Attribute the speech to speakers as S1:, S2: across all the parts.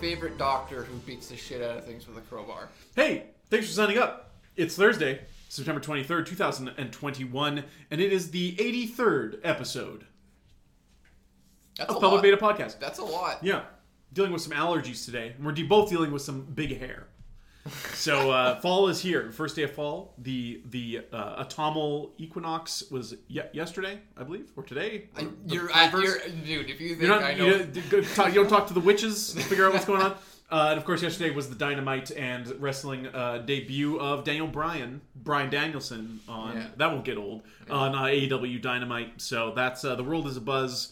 S1: favorite doctor who beats the shit out of things with a crowbar.
S2: Hey, thanks for signing up. It's Thursday, September 23rd, 2021, and it is the 83rd episode
S1: That's a
S2: of Public
S1: lot.
S2: Beta Podcast.
S1: That's a lot.
S2: Yeah, dealing with some allergies today, and we're de- both dealing with some big hair. So uh, fall is here. First day of fall. The the uh, autumnal equinox was ye- yesterday, I believe, or today.
S1: I,
S2: or the
S1: you're, I,
S2: reverse.
S1: you're, dude, if you think
S2: You're not-
S1: I know,
S2: you, don't, go talk, you don't talk to the witches to figure out what's going on. Uh, and of course, yesterday was the dynamite and wrestling uh, debut of Daniel Bryan, Bryan Danielson on
S1: Yeah.
S2: that won't get old on uh, AEW Dynamite. So that's uh, the world is a buzz.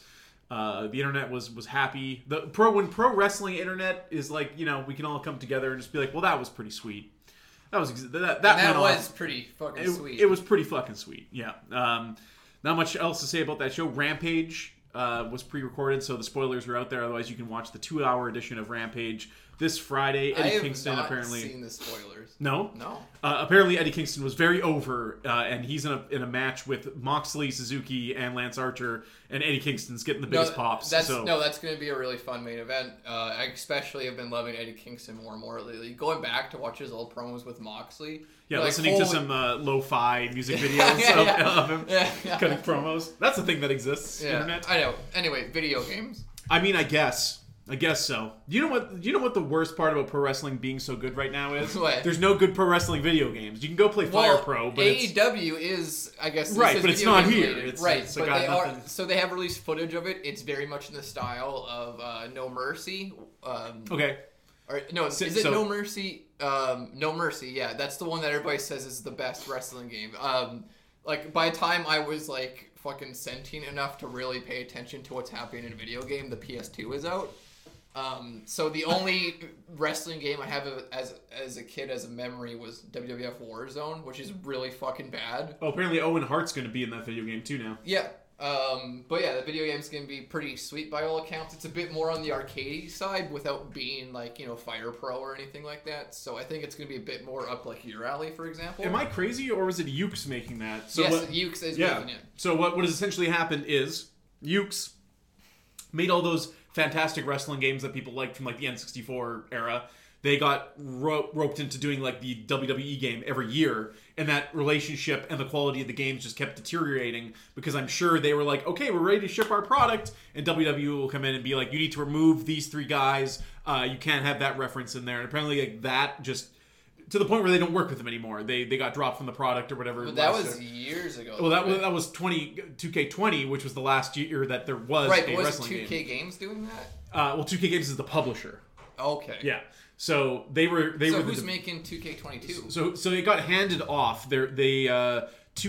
S2: Uh, the internet was was happy. The pro when pro wrestling internet is like you know we can all come together and just be like, well, that was pretty sweet. That was ex- that that, that
S1: that
S2: went off
S1: was pretty fucking
S2: it,
S1: sweet.
S2: it was pretty fucking sweet. Yeah. Um, not much else to say about that show. Rampage uh, was pre-recorded, so the spoilers are out there. Otherwise, you can watch the two-hour edition of Rampage this Friday.
S1: I
S2: Eddie
S1: have
S2: Kingston
S1: not
S2: apparently.
S1: seen the spoilers.
S2: No.
S1: No.
S2: Uh, apparently, Eddie Kingston was very over, uh, and he's in a in a match with Moxley, Suzuki, and Lance Archer, and Eddie Kingston's getting the biggest pops.
S1: That's,
S2: so
S1: No, that's going to be a really fun main event. Uh, I especially have been loving Eddie Kingston more and more lately. Going back to watch his old promos with Moxley.
S2: yeah,
S1: you're like,
S2: listening to
S1: holy-
S2: some uh, lo-fi music videos
S1: Yeah,
S2: of,
S1: yeah.
S2: of him
S1: Yeah, yeah.
S2: cutting promos. That's the thing that exists.
S1: Yeah,
S2: Internet.
S1: I know. Anyway, video games.
S2: I mean, I guess. I guess so. Do you know what? Do you know what the worst part about pro wrestling being so good right now is?
S1: What?
S2: There's no good pro wrestling video games. You can go play Fire
S1: Well,
S2: Pro, but it's,
S1: AEW is, I guess,
S2: Right,
S1: this is
S2: but it's
S1: video
S2: not
S1: game
S2: here.
S1: related.
S2: It's-
S1: right,
S2: it's
S1: but
S2: got
S1: they
S2: nothing-
S1: are. So they have released footage of it. It's very much in the style of uh, No Mercy. Um,
S2: okay.
S1: or, no,
S2: So-
S1: is it
S2: so-
S1: No Mercy? Um, no Mercy. Yeah, that's the one that everybody says is the best wrestling game. Um, like by the time I was like fucking sentient enough to really pay attention to what's happening in a video game, the PS2 is out. Um, so the only wrestling game I have as as a kid as a memory was WWF Warzone, which is really fucking bad.
S2: Oh, apparently Owen Hart's going to be in that video game too now.
S1: Yeah. Um, but yeah, the video game's gonna be pretty sweet by all accounts. It's a bit more on the arcadey side without being like, you know, Fire Pro or anything like that. So I think it's gonna be a bit more up like your alley, for example.
S2: Am I crazy or was it Ukes making that? So
S1: yes,
S2: what,
S1: Ukes is
S2: yeah.
S1: making it.
S2: So what what has essentially happened is Ukes made all those fantastic wrestling games that people liked from like the N64 era. They got ro- roped into doing like the WWE game every year, and that relationship and the quality of the games just kept deteriorating because I'm sure they were like, okay, we're ready to ship our product, and WWE will come in and be like, you need to remove these three guys. Uh, you can't have that reference in there. And apparently, like that just to the point where they don't work with them anymore. They they got dropped from the product or whatever.
S1: But that
S2: last
S1: was
S2: year.
S1: years ago.
S2: Well, that was that was 20 2K20, which was the last year that there was
S1: right,
S2: a
S1: but was
S2: wrestling
S1: two
S2: game.
S1: K games doing that?
S2: Uh, well, 2K Games is the publisher.
S1: Okay.
S2: Yeah. So they were they
S1: So
S2: were
S1: who's
S2: the,
S1: making two K twenty two?
S2: so so it got handed off. There they uh,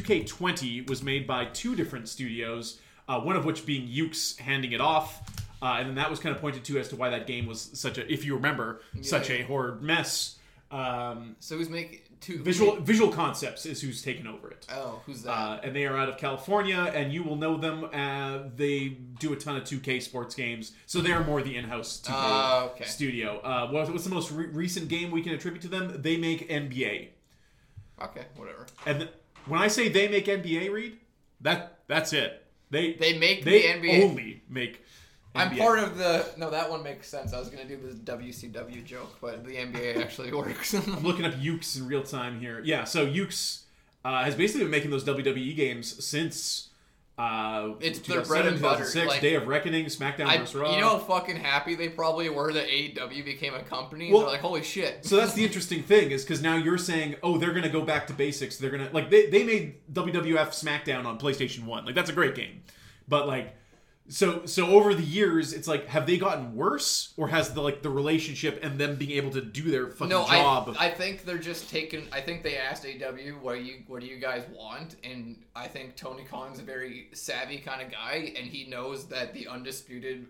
S2: 2K20 was made by two different studios, uh, one of which being Ukes handing it off. Uh, and then that was kind of pointed to as to why that game was such a, if you remember, such a horrid mess. Um,
S1: So who's making two
S2: visual Visual Concepts is who's taken over it.
S1: Oh, who's that?
S2: uh, and they are out of California, and you will know them. Uh, they do a ton of 2K sports games, so they are more the in-house 2K
S1: Ah, okay.
S2: studio. Uh, what, what's the most re- recent game we can attribute to them? They make NBA,
S1: okay, whatever.
S2: and th- when I say they make NBA, read that that's it. They
S1: They make
S2: they Oh,
S1: the NBA
S2: only make.
S1: I'm
S2: NBA.
S1: part of the. No, that one makes sense. I was gonna do this WCW joke, but the NBA actually works.
S2: I'm looking up Ukes in real time here. Yeah, so Ukes uh, has basically been making those WWE games since. Uh,
S1: It's their bread and
S2: 2007,
S1: butter,
S2: 2006,
S1: like-
S2: Day of Reckoning, SmackDown
S1: I,
S2: vs. Raw.
S1: you know how fucking happy they probably were that AEW became a company.
S2: Well-
S1: They're like, holy shit.
S2: So that's the interesting thing is because now you're saying, oh, they're gonna go back to basics. They're gonna like they, they made WWF SmackDown on PlayStation One. Like that's a great game, but like so so over the years, it's like have they gotten worse or has the like the relationship and them being able to do their fucking
S1: no,
S2: job?
S1: I, I think they're just taking. I think they asked AEW, "What do you, what do you guys want?" And I think Tony Khan's a very savvy kind of guy, and he knows that the undisputed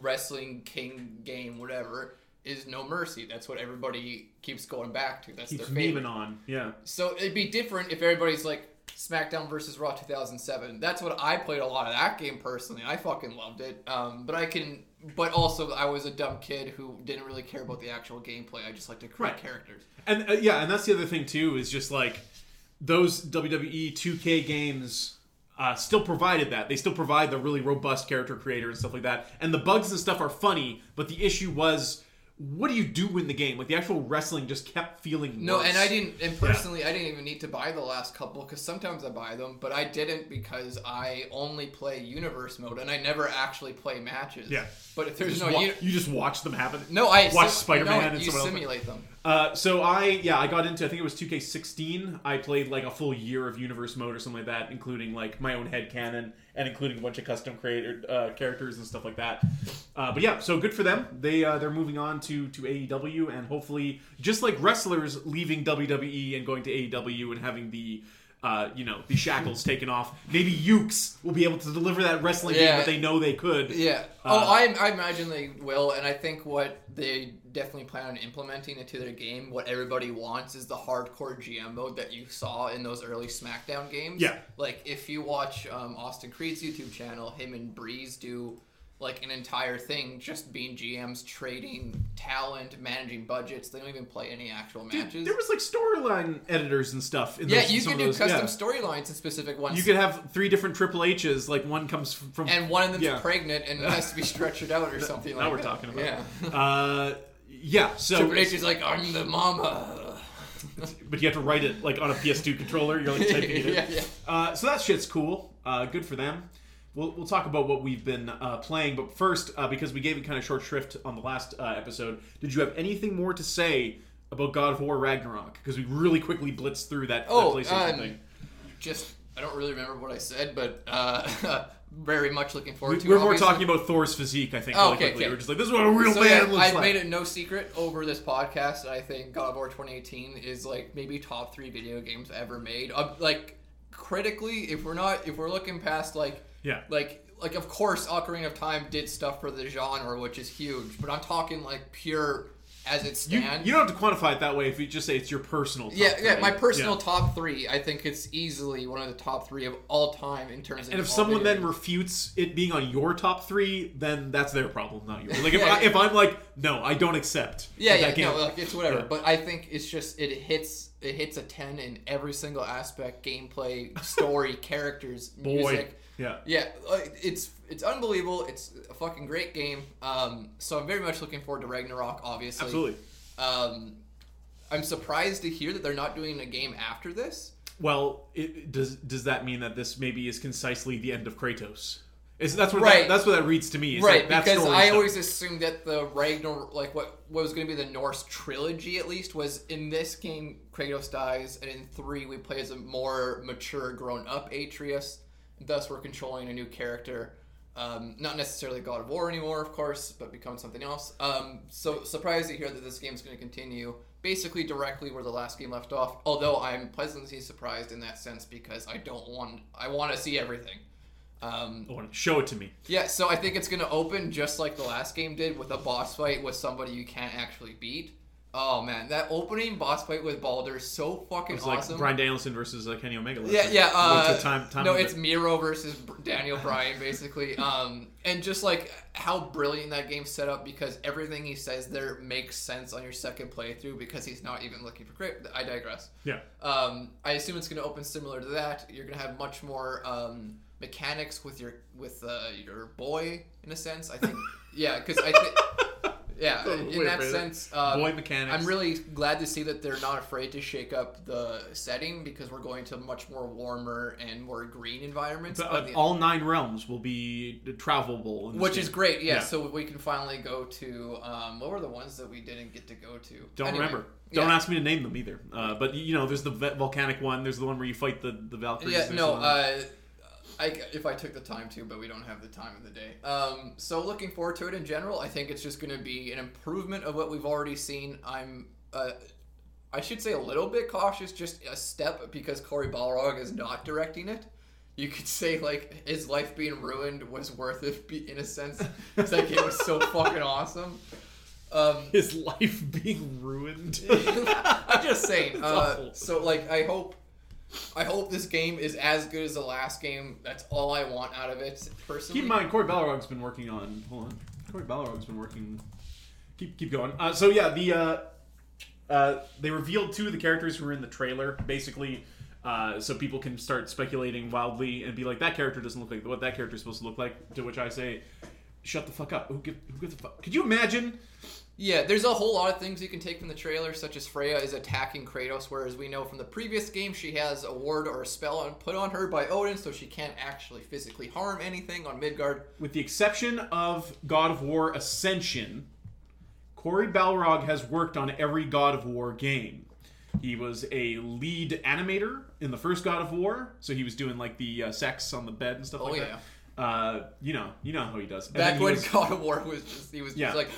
S1: wrestling king game, whatever, is no mercy. That's what everybody keeps going back to. That's
S2: Keeps
S1: their favorite.
S2: memeing on, yeah.
S1: So it'd be different if everybody's like SmackDown versus Raw 2007. That's what I played a lot of that game personally. I fucking loved it. Um, but I can, but also I was a dumb kid who didn't really care about the actual gameplay. I just like to create
S2: Right.
S1: characters.
S2: And uh, yeah, and that's the other thing too is just like those WWE 2K games uh, still provided that. They still provide the really robust character creator and stuff like that. And the bugs and stuff are funny, but the issue was what do you do in the game? Like the actual wrestling just kept feeling
S1: No,
S2: worse.
S1: and I didn't. And personally, I didn't even need to buy the last couple because sometimes I buy them, but I didn't because I only play universe mode and I never actually play matches.
S2: Yeah.
S1: But if there's
S2: Just
S1: no
S2: wa-
S1: uni-
S2: you just watch them happen.
S1: no, I
S2: watch
S1: sim-
S2: Spider-Man
S1: no,
S2: and
S1: you
S2: someone else.
S1: simulate them.
S2: Uh, so I yeah I got into I think it was 2K16. I played like a full year of universe mode or something like that, including like my own head canon and including a bunch of custom creator uh, characters and stuff like that. Uh, but yeah, so good for them. They uh, they're moving on to to AEW and hopefully just like wrestlers leaving WWE and going to AEW and having the uh, you know the shackles taken off. Maybe Ukes will be able to deliver that wrestling game
S1: Yeah.
S2: that they know they could.
S1: Yeah.
S2: Uh,
S1: oh, I, I imagine they will, and I think what they definitely plan on implementing into their game, what everybody wants, is the hardcore GM mode that you saw in those early SmackDown games.
S2: Yeah.
S1: Like if you watch um, Austin Creed's YouTube channel, him and Breeze do like an entire thing just being GMs, trading talent, managing budgets. They don't even play any actual
S2: Dude,
S1: matches.
S2: there was like storyline editors and stuff. In
S1: yeah,
S2: those,
S1: you
S2: some
S1: can
S2: of
S1: do
S2: those-
S1: custom
S2: yeah.
S1: storylines in specific ones.
S2: You could have three different Triple H's. Like one comes f- from.
S1: and one of them's
S2: Yeah.
S1: pregnant and has to be stretched out or something
S2: now
S1: like
S2: we're
S1: that.
S2: talking about.
S1: Yeah.
S2: uh, yeah. So,
S1: Triple H is like, I'm the mama.
S2: but you have to write it like on a PS2 controller. You're like typing it. in.
S1: Yeah, yeah.
S2: Uh, so that shit's cool. Uh, good for them. We'll, we'll talk about what we've been uh, playing, but first, uh, because we gave it kind of short shrift on the last uh, episode, did you have anything more to say about God of War Ragnarok? Because we really quickly blitzed through that, that
S1: Oh,
S2: PlayStation
S1: um,
S2: thing.
S1: Just, I don't really remember what I said, but uh, very much looking forward to.
S2: We're more
S1: obviously.
S2: talking about Thor's physique, I think.
S1: Oh,
S2: really
S1: okay,
S2: quickly.
S1: okay.
S2: We're just like, this is what a real
S1: So
S2: man
S1: yeah,
S2: looks
S1: I've
S2: like.
S1: made it no secret over this podcast that I think God of War 2018 is like maybe top three video games ever made. Uh, like critically, if we're not, if we're looking past like,
S2: Yeah.
S1: like, like of course, Ocarina of Time did stuff for the genre, which is huge. But I'm talking like pure as it
S2: You,
S1: stands.
S2: you don't have to quantify it that way if you just say it's your personal. Top
S1: Yeah, yeah.
S2: three.
S1: My personal
S2: Yeah.
S1: top three. I think it's easily one of the top three of all time in terms of.
S2: and if
S1: all
S2: someone
S1: video
S2: then
S1: games.
S2: refutes it being on your top three, then that's their problem, not yours. Like if,
S1: Yeah,
S2: I,
S1: yeah.
S2: if I'm like, no, I don't accept.
S1: yeah,
S2: that
S1: yeah,
S2: that game-
S1: no, like it's whatever.
S2: Yeah.
S1: But I think it's just it hits it hits a ten in every single aspect: gameplay, story, characters,
S2: boy,
S1: music.
S2: yeah,
S1: Yeah, like, it's it's unbelievable. It's a fucking great game. Um, so I'm very much looking forward to Ragnarok. Obviously,
S2: absolutely.
S1: Um, I'm surprised to hear that they're not doing a game after this.
S2: Well, it, does does that mean that this maybe is concisely the end of Kratos? Is that's what
S1: Right.
S2: that, that's what that reads to me. is
S1: right
S2: that, that
S1: because
S2: story
S1: i
S2: stuff.
S1: always assumed that the ragnar like what, what was going to be the norse trilogy at least was in this game kratos dies and in three we play as a more mature grown up atreus thus we're controlling a new character um, not necessarily god of war anymore of course but becomes something else um, so surprised to hear that this game's going to continue basically directly where the last game left off although i'm pleasantly surprised in that sense because i don't want i want to see everything um,
S2: I want to show it to me.
S1: yeah, so I think it's gonna open just like the last game did with a boss fight with somebody you can't actually beat. Oh man, that opening boss fight with Balder is so fucking
S2: It's
S1: awesome.
S2: like Brian Danielson versus uh, Kenny Omega. last
S1: yeah,
S2: night.
S1: yeah.
S2: Went
S1: Uh,
S2: to time, time
S1: no,
S2: limit.
S1: it's Miro versus Br- Daniel Bryan basically, um, and just like how brilliant that game's set up because everything he says there makes sense on your second playthrough because he's not even looking for great. I digress.
S2: yeah.
S1: Um, I assume it's going to open similar to that. You're going to have much more um, mechanics with your with uh, your boy in a sense. I think, yeah, because I think, yeah,
S2: Wait a
S1: in that
S2: minute.
S1: sense, um,
S2: Boy mechanics.
S1: I'm really glad to see that they're not afraid to shake up the setting because we're going to much more warmer and more green environments.
S2: But,
S1: by
S2: uh,
S1: the-
S2: all nine realms will be travelable, in this
S1: which
S2: game.
S1: is great, yeah,
S2: Yeah.
S1: So we can finally go to um, what were the ones that we didn't get to go to?
S2: Don't
S1: Anyway,
S2: remember. Don't
S1: yeah.
S2: ask me to name them either. Uh, but you know, there's the ve- volcanic one. There's the one where you fight the the Valkyries.
S1: Yeah,
S2: there's
S1: no.
S2: the one-
S1: Uh, I, if I took the time to, but we don't have the time of the day. Um, so looking forward to it in general. I think it's just going to be an improvement of what we've already seen. I'm, uh, I should say, a little bit cautious, just a step because Corey Balrog is not directing it. You could say like his life being ruined was worth it be- in a sense. It's like it was so fucking awesome. Um,
S2: his life being ruined.
S1: I'm just saying.
S2: It's
S1: Uh,
S2: awful.
S1: so like, I hope, I hope this game is as good as the last game. That's all I want out of it, personally.
S2: Keep in mind, Corey Balrog's been working on. Hold on, Corey Balrog's been working. Keep keep going. Uh, so yeah, the uh, uh, they revealed two of the characters who were in the trailer, basically, uh, so people can start speculating wildly and be like, that character doesn't look like what that character is supposed to look like. To which I say, shut the fuck up. Who give, who gives a fuck? Could you imagine
S1: Yeah, there's a whole lot of things you can take from the trailer, such as Freya is attacking Kratos, whereas we know from the previous game she has a ward or a spell on, put on her by Odin, so she can't actually physically harm anything on Midgard.
S2: With the exception of God of War Ascension, Corey Balrog has worked on every God of War game. He was a lead animator in the first God of War, so he was doing like the uh, sex on the bed and stuff
S1: Oh,
S2: like
S1: yeah.
S2: that. Uh, you know, you know how he does. And then
S1: Back
S2: he
S1: when
S2: was-
S1: God of War was just, he was
S2: Yeah.
S1: just like,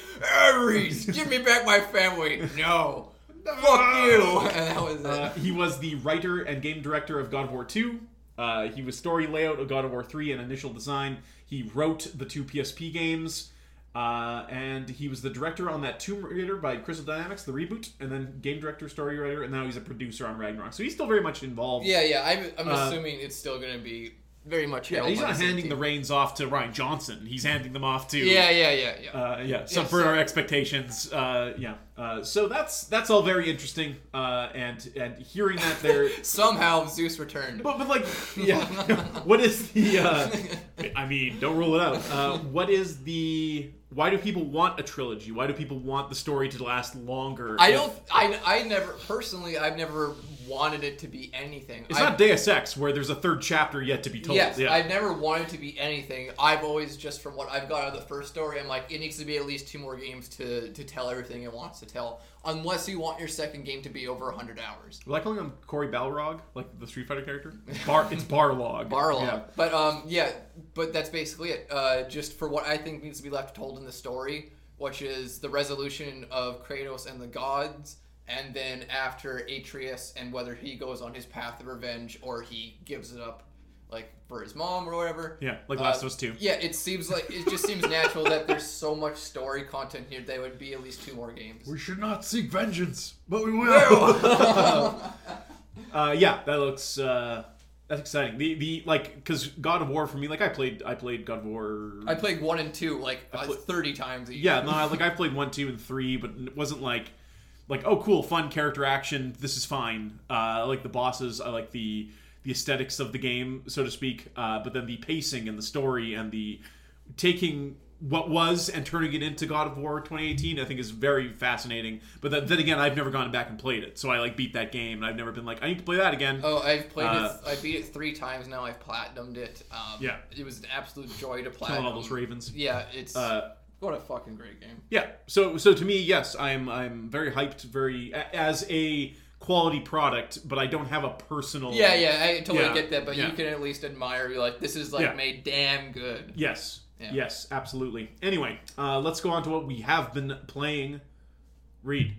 S1: Ares, give me back my family. No. Fuck you. And that was it.
S2: Uh, he was the writer and game director of God of War 2. Uh, he was story layout of God of War 3 and initial design. He wrote the two PSP games. Uh, and he was the director on that Tomb Raider by Crystal Dynamics, the reboot, and then game director, story writer, and now he's a producer on Ragnarok. So he's still very much involved.
S1: yeah, yeah, I'm, I'm
S2: uh,
S1: assuming it's still going to be very much held
S2: he's
S1: by
S2: not
S1: the same
S2: handing the
S1: team.
S2: reins off to Ryan Johnson. He's handing them off to
S1: Yeah, yeah, yeah, yeah.
S2: uh, yeah, subvert
S1: so-
S2: our expectations. Uh, yeah, uh, so that's that's all very interesting. Uh, and and hearing that there,
S1: Somehow Zeus returned.
S2: But, but like, yeah. what is the? Uh, I mean, don't rule it out. Uh, what is the? Why do people want a trilogy? Why do people want the story to last longer?
S1: I
S2: if-
S1: don't. I, I never personally. I've never wanted it to be anything.
S2: It's
S1: I,
S2: not Deus Ex where there's a third chapter yet to be told.
S1: Yes,
S2: yeah.
S1: I've never wanted to be anything. I've always just from what I've got out of the first story, I'm like, it needs to be at least two more games to to tell everything it wants to tell. Unless you want your second game to be over hundred hours.
S2: Was I calling him Corey Balrog, like the Street Fighter character? Bar, it's Barlog.
S1: Barlog.
S2: Yeah.
S1: But um, yeah, but that's basically it. Uh, just for what I think needs to be left told in the story, which is the resolution of Kratos and the gods, and then after Atreus and whether he goes on his path of revenge or he gives it up, like for his mom or whatever.
S2: Yeah, like Last
S1: Uh,
S2: of Us Two.
S1: Yeah, it seems like it just seems natural that there's so much story content here. There would be at least two more games.
S2: We should not seek vengeance, but we will. uh, yeah, that looks uh, that's exciting. The the like because God of War for me, like I played I played God of War.
S1: I played one and two like uh,
S2: pla-
S1: thirty times. Each.
S2: yeah, no, I- like I played one, two, and three, but it wasn't like like oh cool, fun character action. This is fine. Uh, I like the bosses. I like the the aesthetics of the game, so to speak. Uh, but then the pacing and the story and the taking what was and turning it into God of War 2018, I think is very fascinating. But then, then again, I've never gone back and played it, so I like beat that game, and I've never been like I need to play that again.
S1: Oh, I've played
S2: Uh,
S1: it. I beat it three times now. I've platinumed it. Um,
S2: Yeah.
S1: it was an absolute joy to
S2: Killing
S1: platinum.
S2: all those ravens.
S1: Yeah, it's
S2: Uh,
S1: what a fucking great game.
S2: Yeah. So so to me, yes, I'm I'm very hyped, very a- as a quality product, but I don't have a personal.
S1: Yeah, yeah, I totally
S2: Yeah,
S1: get that, but
S2: yeah.
S1: you can at least admire. You're like, this is like
S2: Yeah.
S1: made damn good.
S2: Yes.
S1: Yeah.
S2: Yes, absolutely. Anyway, uh, let's go on to what we have been playing. Read.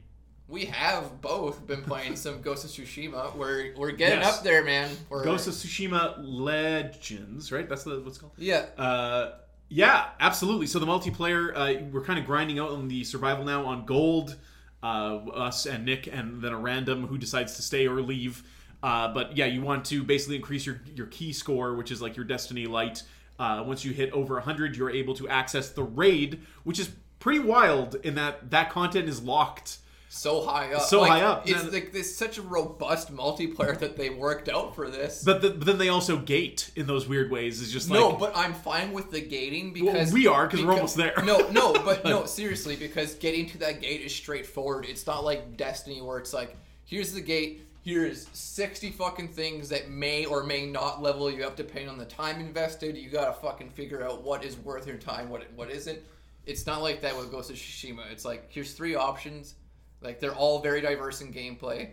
S1: We have both been playing some Ghost of Tsushima. We're we're getting
S2: Yes.
S1: up there, man. We're,
S2: Ghost of Tsushima Legends, right? That's the, what's it called.
S1: yeah,
S2: Uh, yeah, absolutely. So the multiplayer, uh, we're kind of grinding out on the survival now on gold. Uh, us and Nick, and then a random who decides to stay or leave. Uh, but yeah, you want to basically increase your your key score, which is like your destiny light. Uh, once you hit over 100, you're able to access the raid, which is pretty wild in that that content is locked.
S1: so high up.
S2: So
S1: Like,
S2: high up.
S1: It's
S2: Then-
S1: like this such a robust multiplayer that they worked out for this.
S2: But, the, but then they also gate in those weird ways. It's just like
S1: no, but I'm fine with the gating because
S2: we are, 'cause we're almost there.
S1: no, no, but no, seriously, because getting to that gate is straightforward. It's not like Destiny where it's like, here's the gate, here's sixty fucking things that may or may not level you up depending on the time invested. You gotta fucking figure out what is worth your time, what what isn't. It's not like that with Ghost of Tsushima. It's like here's three options. Like they're all very diverse in gameplay.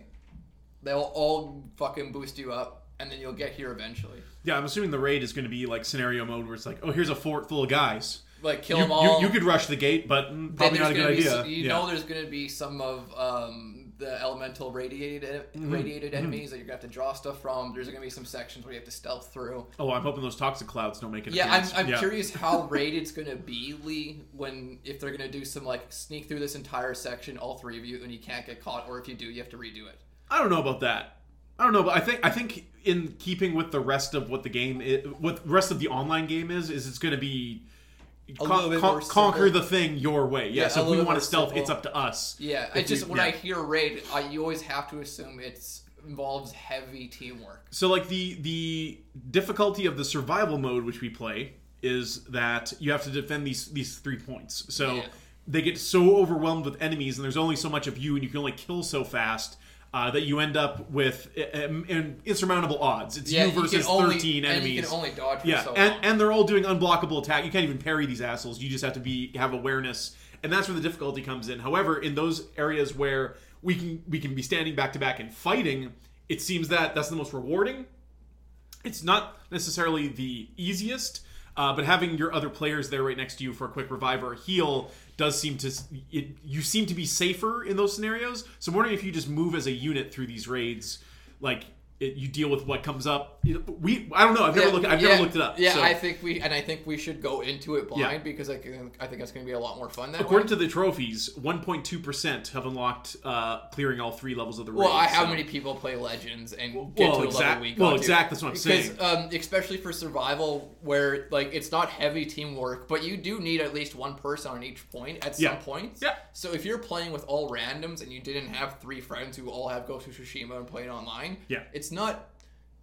S1: They'll all fucking boost you up, and then you'll get here eventually.
S2: yeah, I'm assuming the raid is going to be like scenario mode where it's like, oh, here's a fort full of guys.
S1: Like kill
S2: you,
S1: them all.
S2: You, you could rush the gate, but
S1: Then
S2: mm, probably not a good
S1: gonna be
S2: idea.
S1: s- you
S2: yeah.
S1: know there's going to be some of um, the elemental radiated e,
S2: Mm-hmm.
S1: radiated enemies that you're going to have to draw stuff from. There's going to be some sections where you have to stealth through.
S2: oh, I'm hoping those toxic clouds don't make it.
S1: Yeah, I'm, I'm curious how raid it's going to be, Lee, when if they're going to do some like sneak through this entire section, all three of you, and you can't get caught, or if you do, you have to redo it.
S2: I don't know about that. I don't know, but I think I think in keeping with the rest of what the game, i what the rest of the online game is, is it's going to be con-
S1: little bit
S2: con-
S1: more
S2: conquer
S1: simple.
S2: the thing your way. Yeah,
S1: Yeah, a
S2: so if we
S1: little bit
S2: want
S1: more
S2: to stealth,
S1: simple.
S2: it's up to us.
S1: Yeah, I
S2: If you-
S1: just when
S2: yeah.
S1: I hear raid, I, you always have to assume it's involves heavy teamwork.
S2: So like the the difficulty of the survival mode which we play is that you have to defend these these three points. So
S1: Yeah.
S2: they get so overwhelmed with enemies, and there's only so much of you, and you can only kill so fast. Uh, that you end up with um, in- insurmountable odds. It's
S1: Yeah,
S2: you
S1: can
S2: versus
S1: only,
S2: 13
S1: and
S2: enemies.
S1: you can only dodge for
S2: Yeah,
S1: so long.
S2: and, and they're all doing unblockable attack. You can't even parry these assholes. You just have to be have awareness, and that's where the difficulty comes in. However, in those areas where we can we can be standing back to back and fighting, it seems that that's the most rewarding. It's not necessarily the easiest, uh, but having your other players there right next to you for a quick revive or a heal does seem to s- it, you seem to be safer in those scenarios. So I'm wondering if you just move as a unit through these raids, like. It, you deal with what comes up. You know, We I don't know. I've never
S1: Yeah,
S2: looked. I've
S1: yeah,
S2: never looked it up.
S1: Yeah,
S2: so.
S1: I think we and I think we should go into it blind
S2: Yeah.
S1: because I think I think that's going to be a lot more fun. That
S2: According
S1: way.
S2: to the trophies, 1.2% have unlocked uh, clearing all three levels of the raid.
S1: well, I, how
S2: so-
S1: many people play Legends and get
S2: Well,
S1: to a level
S2: exact,
S1: we got
S2: well,
S1: to?
S2: exact. That's what I'm
S1: Because
S2: saying.
S1: um, especially for survival, where like it's not heavy teamwork, but you do need at least one person on each point at
S2: Yeah.
S1: some points.
S2: Yeah.
S1: So if you're playing with all randoms and you didn't have three friends who all have Ghost of Tsushima and playing online,
S2: Yeah.
S1: it's not.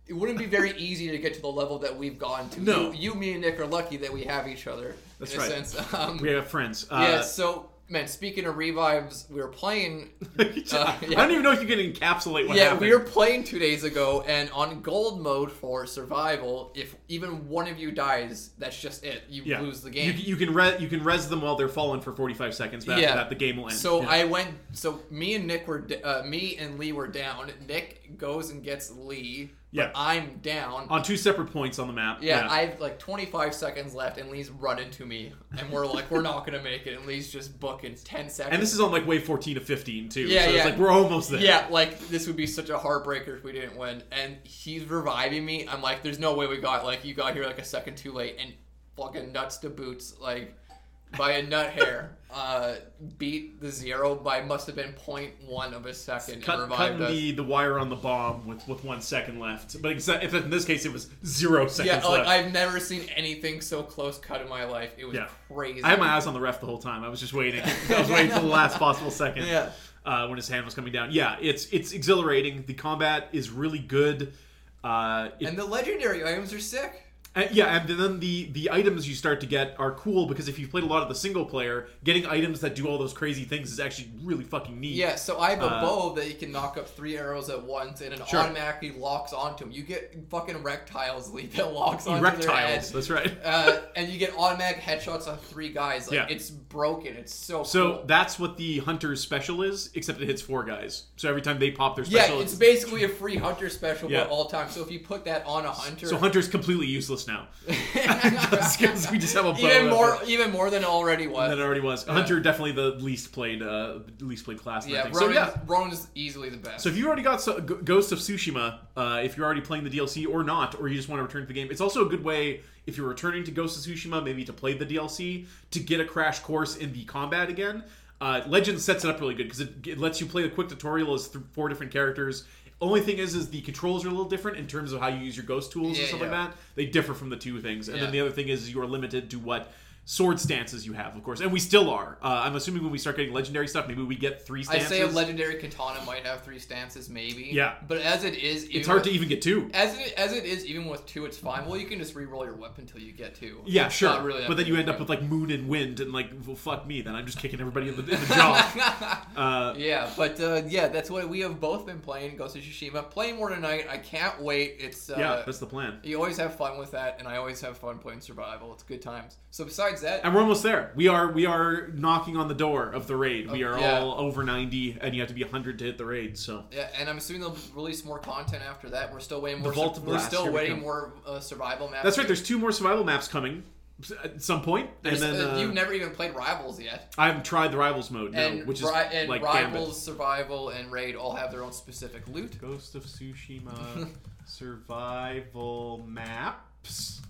S1: It wouldn't be very easy to get to the level that we've gotten to.
S2: No.
S1: you, you, me, and Nick are lucky that we have each other.
S2: That's
S1: in
S2: right.
S1: A sense. Um,
S2: We have friends. Uh,
S1: yeah, so man, speaking of revives, we were playing.
S2: I
S1: Uh, yeah.
S2: don't even know if you can encapsulate what
S1: yeah,
S2: happened.
S1: we were playing two days ago, and on gold mode for survival, if even one of you dies, that's just it. You
S2: Yeah.
S1: lose the game.
S2: You, you can re- you can res them while they're fallen for 45 seconds. But
S1: Yeah.
S2: after that, the game will end.
S1: so
S2: Yeah.
S1: I went. So me and Nick were. d- Uh, me and Lee were down. Nick goes and gets Lee. but
S2: Yeah.
S1: I'm down.
S2: on two separate points on the map.
S1: yeah, I have like 25 seconds left, and Lee's running to me, and we're like, we're not gonna make it. And Lee's just booking 10 seconds.
S2: and this is on like wave 14 to 15 too.
S1: Yeah,
S2: so
S1: yeah.
S2: it's like we're almost there.
S1: Yeah, like this would be such a heartbreaker if we didn't win. And he's reviving me. I'm like, there's no way we got like you got here like a second too late and fucking nuts to boots like by a nut hair. Uh, beat the zero by must have been point one of a second and
S2: Cut,
S1: revived
S2: cutting
S1: us.
S2: the, the wire on the bomb with, with one second left. But except, if in this case, it was zero
S1: yeah,
S2: seconds
S1: like
S2: left.
S1: I've never seen anything so close cut in my life. It was
S2: Yeah.
S1: crazy.
S2: I had my eyes on the ref the whole time. I was just waiting. I was waiting for the last possible second.
S1: Yeah.
S2: Uh, when his hand was coming down. Yeah, it's it's exhilarating. The combat is really good. Uh, it-
S1: and the legendary items are sick.
S2: uh, yeah, and then the the items you start to get are cool because if you've played a lot of the single player, getting items that do all those crazy things is actually really fucking neat.
S1: Yeah, so I have a
S2: Uh,
S1: bow that you can knock up three arrows at once, and it
S2: Sure.
S1: automatically locks onto them. You get fucking rectiles, Lee, that locks onto their head.
S2: Erectiles. That's right.
S1: Uh, and you get automatic headshots on three guys. Like,
S2: Yeah.
S1: It's broken. It's so
S2: So
S1: cool.
S2: that's what the hunter's special is, except it hits four guys. So every time they pop their
S1: yeah,
S2: special,
S1: it's basically a free hunter special
S2: Yeah.
S1: but all time. So if you put that on a hunter,
S2: so hunter's completely useless now. Just 'cause we just have a bow
S1: even
S2: out
S1: more,
S2: there.
S1: even more than it already was.
S2: that it already was. Hunter definitely the least played, uh, least played class. Yeah,
S1: yeah,
S2: I think.
S1: Ronin's,
S2: so yeah.
S1: Ronin's easily the best.
S2: So if you already got so, G- Ghost of Tsushima, uh, if you're already playing the DLC or not, or you just want to return to the game, it's also a good way if you're returning to Ghost of Tsushima, maybe to play the DLC to get a crash course in the combat again. Uh, Legend sets it up really good because it, it lets you play the quick tutorial as th- four different characters. Only thing is, is the controls are a little different in terms of how you use your ghost tools
S1: Yeah,
S2: and stuff
S1: yeah.
S2: like that. They differ from the two things. And
S1: Yeah.
S2: then the other thing is, you are limited to what sword stances you have, of course, and we still are. Uh, I'm assuming when we start getting legendary stuff, maybe we get three
S1: I
S2: stances.
S1: say a legendary katana might have three stances, maybe.
S2: Yeah.
S1: But as it is,
S2: it's hard to even get two.
S1: As it, as it is, even with two, it's fine. Well, you can just re-roll your weapon until you get two.
S2: Yeah,
S1: It's
S2: sure.
S1: not really that
S2: but then
S1: big
S2: you
S1: of a
S2: end up with like moon and wind, and like well, fuck me. Then I'm just kicking everybody in the, in the jaw. Uh,
S1: yeah, but uh, yeah, that's what we have both been playing. Ghost of Tsushima. Playing more tonight. I can't wait. It's uh,
S2: yeah, that's the plan.
S1: you always have fun with that, and I always have fun playing survival. It's good times. So besides that,
S2: And we're almost there. We are we are knocking on the door of the raid. We are
S1: Oh, yeah.
S2: all over ninety, and you have to be hundred to hit the raid. So
S1: yeah, and I'm assuming they'll release more content after that. We're still waiting more.
S2: Vault of
S1: we're
S2: Glass,
S1: still
S2: here we
S1: waiting
S2: come.
S1: more uh, survival maps.
S2: that's right. There's two more survival maps coming at some point, and
S1: There's-
S2: then
S1: uh,
S2: uh,
S1: you've never even played Rivals yet,
S2: I haven't tried the rivals mode, no,
S1: and,
S2: which is
S1: Ri- and
S2: like
S1: Rivals,
S2: Gambit.
S1: Survival, and Raid all have their own specific loot.
S2: Ghost of Tsushima survival maps.